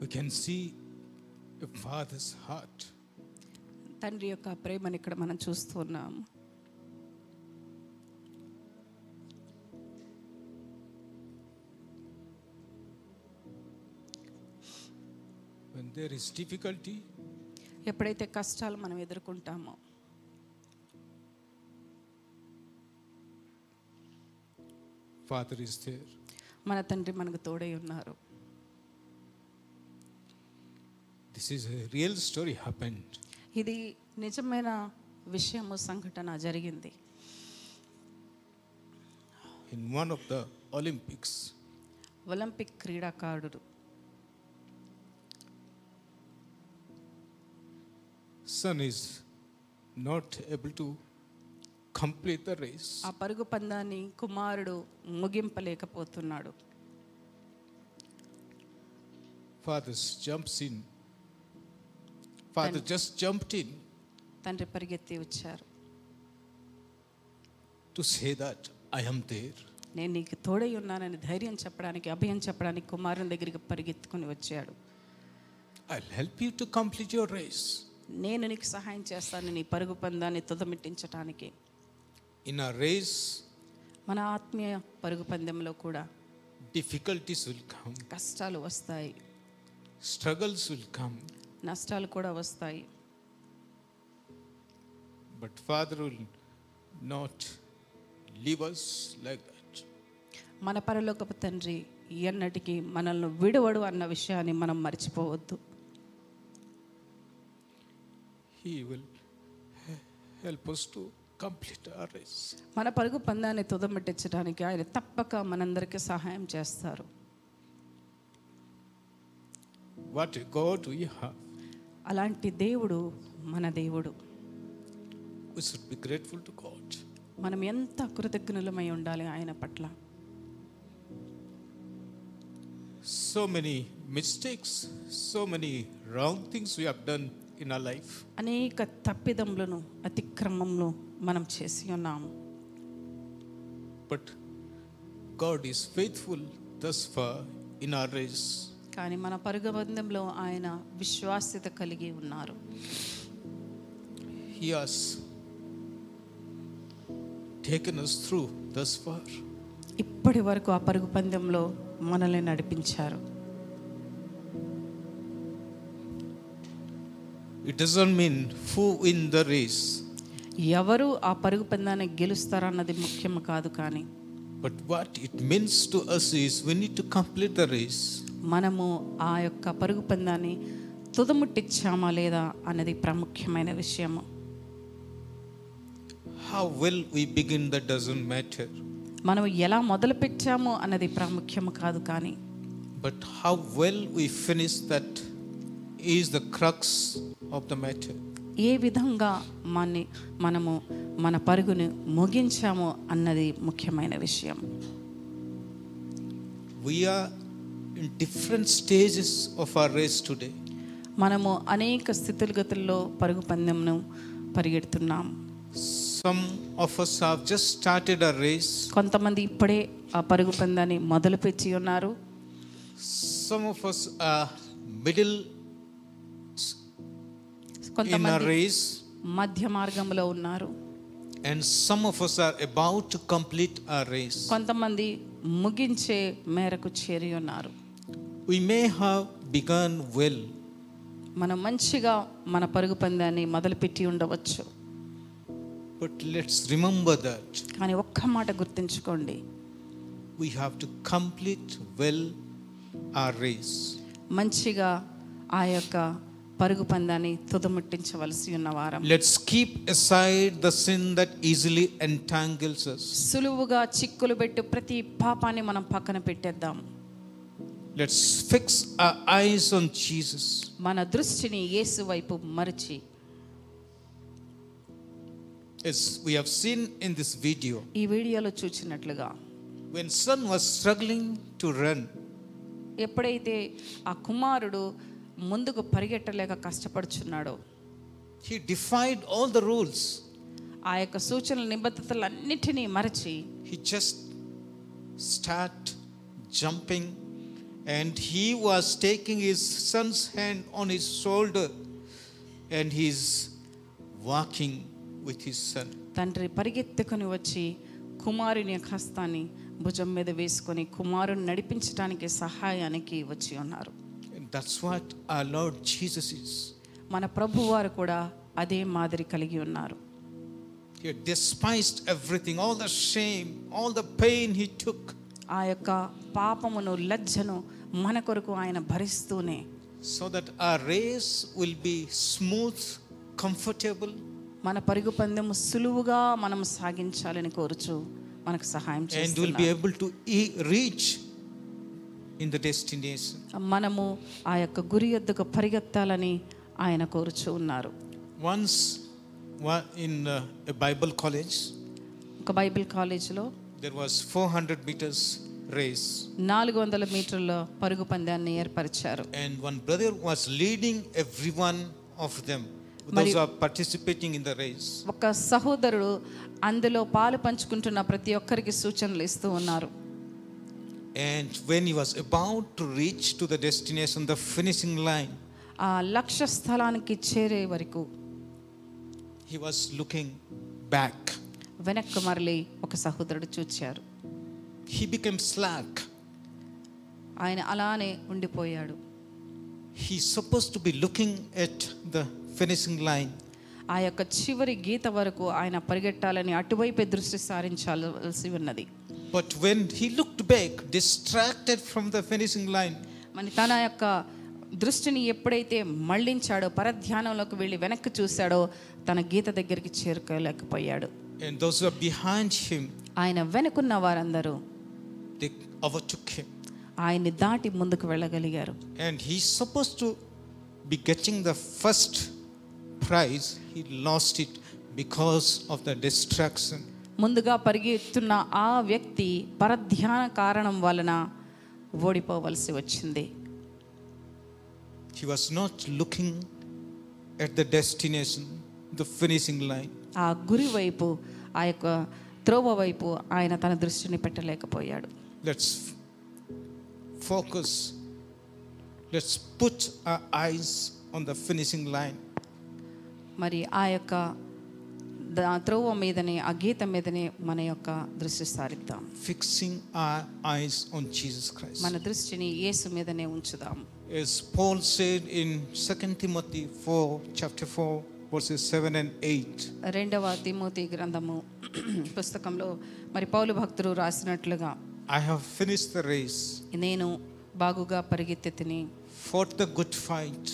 Speaker 1: We can see a father's heart.
Speaker 2: తండ్రి యొక్క ప్రేమను ఇక్కడ మనం చూస్తున్నాము
Speaker 1: When there is difficulty,
Speaker 2: ఎప్పుడైతే కష్టాలు మనం ఎదుర్కొంటామో
Speaker 1: father is there.
Speaker 2: మన తండ్రి మనకు తోడై ఉన్నారు
Speaker 1: This is a real story happened.
Speaker 2: ఇది నిజమైన విషయము సంఘటన జరిగింది
Speaker 1: in one of the Olympics,
Speaker 2: Olympic క్రీడాకారుడు
Speaker 1: son is not able to complete the race.
Speaker 2: ఆ పరుగు పందాన్ని కుమారుడు ముగింపలేకపోతున్నాడు
Speaker 1: Father jumps in. Father just jumped in
Speaker 2: తండ్రి పరిగెత్తి వచ్చారు
Speaker 1: to say that I am there.
Speaker 2: నేను నీకు తోడై ఉన్నానని ధైర్యం చెప్పడానికి అభయం చెప్పడానికి కుమారుని దగ్గరికి పరిగెత్తుకొని వచ్చాడు
Speaker 1: I'll help you to complete your race.
Speaker 2: నేను నీకు సహాయం చేస్తాను నీ పరుగు పందాన్ని తుదమిట్టించటానికి
Speaker 1: In our race,
Speaker 2: మన ఆత్మీయ పరుగు పందెంలో కూడా
Speaker 1: difficulties will come,
Speaker 2: కష్టాలు వస్తాయి
Speaker 1: struggles will come,
Speaker 2: నష్టాలు కూడా వస్తాయి
Speaker 1: but Father will not leave us like that.
Speaker 2: మన పరలోకపు తండ్రి ఎన్నటికీ మనల్ని విడవడు అన్న విషయాన్ని మనం మర్చిపోవద్దు
Speaker 1: He will he- help us to complete our race.
Speaker 2: మన పరుగు పందాన్ని తుదమిట్టించడానికి ఆయన తప్పక మనందరికీ సహాయం చేస్తారు
Speaker 1: What a God we have.
Speaker 2: అలాంటి దేవుడు మన దేవుడు
Speaker 1: We should be grateful to God.
Speaker 2: మనం ఎంత కృతజ్ఞులమై ఉండాలి ఆయన పట్ల
Speaker 1: So many mistakes, so many wrong things we have done in our life.
Speaker 2: అనేక తప్పిదములను అతిక్రమంలో మనం చేసి ఉన్నాము
Speaker 1: But God is faithful thus far in our race.
Speaker 2: కానీ మన పరుగబంధంలో ఆయన విశ్వాస్యత కలిగి ఉన్నారు
Speaker 1: He has taken us through thus far.
Speaker 2: ఇప్పటి వరకు ఆ పరుగు పందెంలో మనల్ని నడిపించారు
Speaker 1: It doesn't mean who win the race,
Speaker 2: ఎవరు ఆ పరుగు పందాన్ని గెలుస్తారన్నది ముఖ్యం కాదు కానీ
Speaker 1: but what it means to us is we need to complete the race.
Speaker 2: మనము ఆ యొక్క పరుగు పందాన్ని తుదముట్టించామా లేదా అన్నది ప్రాముఖ్యమైన విషయము
Speaker 1: How well we begin, that doesn't matter,
Speaker 2: మనం ఎలా మొదలు పెట్టాము అన్నది ప్రాముఖ్యము కాదు కానీ
Speaker 1: but how well we finish, that is the crux of the matter.
Speaker 2: ఏ విధంగా మాన్ని మనము మన పరుగును ముగించాము అన్నది ముఖ్యమైన విషయం
Speaker 1: We are in different stages of our race today.
Speaker 2: మనము అనేక స్థితిగతుల్లో పరుగు పందెంను పరిగెడుతున్నాం
Speaker 1: Some of us have just started our race.
Speaker 2: కొంతమంది ఇప్పుడే ఆ పరుగు పందాన్ని మొదలుపెట్టి ఉన్నారు
Speaker 1: Some of us are middle in our
Speaker 2: కొంతమంది
Speaker 1: race,
Speaker 2: మధ్య మార్గంలో ఉన్నారు
Speaker 1: and some of us are about to complete our race.
Speaker 2: కొంతమంది ముగించే మేరకు చేరి ఉన్నారు
Speaker 1: We may have begun well,
Speaker 2: మనం మంచిగా మన పరుగు పందాన్ని మొదలుపెట్టి ఉండవచ్చు
Speaker 1: but let's remember that
Speaker 2: కానీ ఒక్క మాట గుర్తుంచుకోండి
Speaker 1: we have to complete well our race.
Speaker 2: మంచిగా ఆ యొక్క పరుగు పందాన్ని తుదముట్టించవలసి ఉన్న వారం
Speaker 1: Let's keep aside the sin that easily entangles us.
Speaker 2: సులువుగా చిక్కులు పెట్టు ప్రతి పాపాన్ని మనం పక్కన పెట్టేద్దాం
Speaker 1: Let's fix our eyes on Jesus.
Speaker 2: మన దృష్టిని యేసు వైపు మరచి
Speaker 1: As we have seen in this video,
Speaker 2: ఈ వీడియోలో చూచినట్లుగా
Speaker 1: when son was struggling to run,
Speaker 2: ఎప్పుడైతే ఆ కుమారుడు ముందుకు పరిగెట్టలేక కష్టపడుచున్నాడో
Speaker 1: he defied all the rules.
Speaker 2: ఆ యొక్క సూచనల నిబద్ధతలన్నిటినీ మరచి
Speaker 1: He just start jumping and he was taking his son's hand on his shoulder and he's walking with his son.
Speaker 2: తండ్రి పరిగెత్తుకుని వచ్చి కుమారుని యొక్క హస్తాన్ని భుజం మీద వేసుకొని కుమారుని నడిపించడానికి సహాయానికి వచ్చి ఉన్నారు
Speaker 1: And that's what our Lord Jesus is.
Speaker 2: మన ప్రభువారు కూడా అదే మాదిరి కలిగి ఉన్నారు
Speaker 1: He despised everything, all the shame, all the pain he took.
Speaker 2: ఆ యొక్క పాపమును లజ్జను మన కొరకు ఆయన భరిస్తూనే
Speaker 1: so that our race will be smooth, comfortable,
Speaker 2: మన పరుగు పందెము సులువుగా మనం సాగించాలని కోరుచు మనకు సహాయం
Speaker 1: and will be
Speaker 2: చేస్తున్నారు
Speaker 1: able to e- reach in the destination.
Speaker 2: మనము ఆ యొక్క గురి యొద్దకు పరిగెత్తాలని ఆయన కోరుచు ఉన్నారు
Speaker 1: Once wa- in uh, a Bible college,
Speaker 2: ఒక బైబిల్ కాలేజీలో
Speaker 1: there was 400 meters race,
Speaker 2: నాలుగు వందల మీటర్ల పరుగు పందాన్ని ఏర్పరిచారు
Speaker 1: and one brother was leading every one of them. Those
Speaker 2: Mari-
Speaker 1: who are participating in the race.
Speaker 2: ఒక సహోదరుడు అందులో పాలు పంచుకుంటున్న ప్రతి ఒక్కరికి సూచనలు ఇస్తూ ఉన్నారు
Speaker 1: And when he was about to reach to the destination, the finishing line,
Speaker 2: ఆ లక్ష్య స్థలానికి చేరే వరకు
Speaker 1: He was looking back.
Speaker 2: వెనక్కు మరలి ఒక సహోదరుడు చూచారు
Speaker 1: He became slack.
Speaker 2: ఆయన అలానే ఉండిపోయాడు
Speaker 1: He's supposed to be looking at the finishing line,
Speaker 2: ఆ యొక్క చివరి గీత వరకు ఆయన పరిగెట్టాలని అటువైపే దృష్టి సారించాల్సి ఉన్నది
Speaker 1: but when he looked back, distracted from the finishing line,
Speaker 2: మరి తన యొక్క దృష్టిని ఎప్పుడైతే మళ్ళించాడో పరధ్యానంలోకి వెళ్ళి వెనక్కి చూశాడో తన గీత దగ్గరికి చేరుకోలేకపోయాడు
Speaker 1: and those who are behind him,
Speaker 2: ఆయన వెనుకున్న వారందరూ
Speaker 1: they overtook him.
Speaker 2: ఆయన్ని దాటి ముందుకు వెళ్ళగలిగారు
Speaker 1: And he's supposed to be getting the first prize. He lost it because of the distraction.
Speaker 2: ముందుగా పరిగెత్తున్న ఆ వ్యక్తి పరధ్యాన కారణం వలన ఓడిపోవలసి వచ్చింది
Speaker 1: He was not looking at the destination, the finishing line.
Speaker 2: ఆ గురి వైపు ఆ యొక్క త్రోవ వైపు ఆయన తన దృష్టిని పెట్టలేకపోయాడు
Speaker 1: Let's f- focus. Let's put our eyes on the finishing line.
Speaker 2: మరి ఆ యొక్క ద- త్రోవ మీదనే ఆ గీత మీదనే మన యొక్క దృష్టి సారిద్దాం
Speaker 1: Fixing our eyes on Jesus Christ.
Speaker 2: మన దృష్టిని యేసు మీదనే ఉంచుదాం
Speaker 1: As Paul said in 2 Timothy 4, chapter 4, verses 7 and 8.
Speaker 2: రెండవ తిమోతి గ్రంథము పుస్తకంలో మరి పౌలు భక్తులు రాసినట్లుగా
Speaker 1: I have finished the race,
Speaker 2: నేను బాగుగా పరిగెత్తి తిని
Speaker 1: fought the good fight,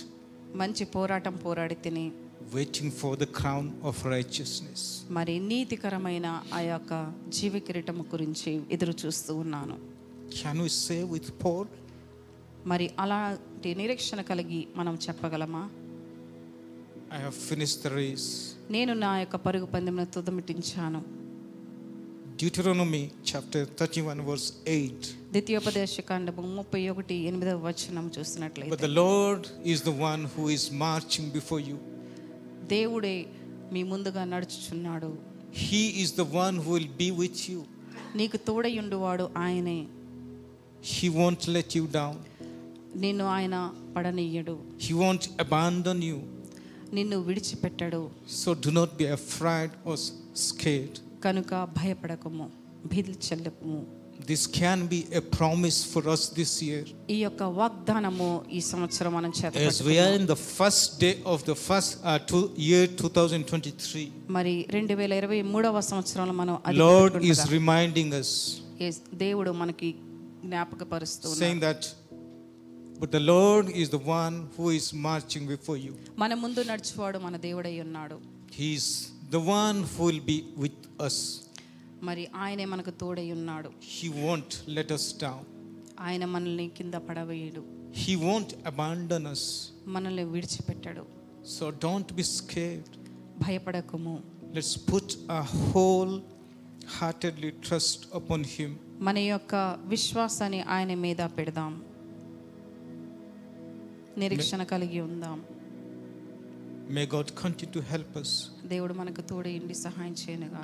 Speaker 2: మంచి పోరాటం పోరాడి తిని
Speaker 1: waiting for the crown of righteousness.
Speaker 2: మరి నీతికరమైన ఆ యొక్క జీవ కిరీటం గురించి ఎదురు చూస్తూ ఉన్నాను
Speaker 1: Can we say with Paul,
Speaker 2: మరి అలాంటి నిరీక్షణ కలిగి మనం చెప్పగలమా
Speaker 1: I have finished the race?
Speaker 2: నేను నా యొక్క పరుగు పందెంను తుదమిటించాను
Speaker 1: Deuteronomy chapter 31, verse 8.
Speaker 2: ద్వితీయోపదేశకాండము ముప్పై ఒకటి ఎనిమిదవ వచనం చూసినట్లయితే
Speaker 1: But the Lord is the one who is marching before you.
Speaker 2: దేవుడే మీ ముందుగా నడుచుచున్నాడు
Speaker 1: He is the one who will be with you.
Speaker 2: నీకు తోడయుండువాడు ఆయనే
Speaker 1: He won't let you down.
Speaker 2: నిన్ను ఆయన పడనీయడు
Speaker 1: He won't abandon you.
Speaker 2: నిన్ను విడిచిపెట్టడు
Speaker 1: So do not be afraid or s- scared.
Speaker 2: కనుక భయపడకము భీతులు చెల్లకము
Speaker 1: This can be a promise for us this year.
Speaker 2: ఈ యొక్క వాగ్దానము ఈ సంవత్సరం మనం
Speaker 1: As we are
Speaker 2: చేత
Speaker 1: in the first day of the first uh, two, year 2023,
Speaker 2: మరి రెండు వేల ఇరవై మూడవ సంవత్సరంలో మనం అది
Speaker 1: Lord
Speaker 2: పెట్టుకుంటున్నాం.
Speaker 1: is reminding us,
Speaker 2: యేస్- దేవుడు మనకి జ్ఞాపకపరుస్తూ ఉన్నాడు.
Speaker 1: saying that, but the Lord is the one who is marching before you.
Speaker 2: మన ముందు నడుచువాడు మన దేవుడై ఉన్నాడు
Speaker 1: He is the one who will be with us.
Speaker 2: మరి ఆయనే మనకు తోడై ఉన్నాడు
Speaker 1: He won't let us down.
Speaker 2: ఆయన మనల్ని కింద పడవేయడు
Speaker 1: He won't abandon us.
Speaker 2: మనల్ని విడిచిపెట్టడు
Speaker 1: So don't be scared.
Speaker 2: భయపడకము
Speaker 1: Let's put our whole heartedly trust upon Him.
Speaker 2: మన యొక్క విశ్వాసాన్ని ఆయన మీద పెడదాం నిరీక్షణ కలిగి ఉందాం
Speaker 1: May God continue to help us.
Speaker 2: దేవుడు మనకు తోడయుండి సహాయం చేయనుగా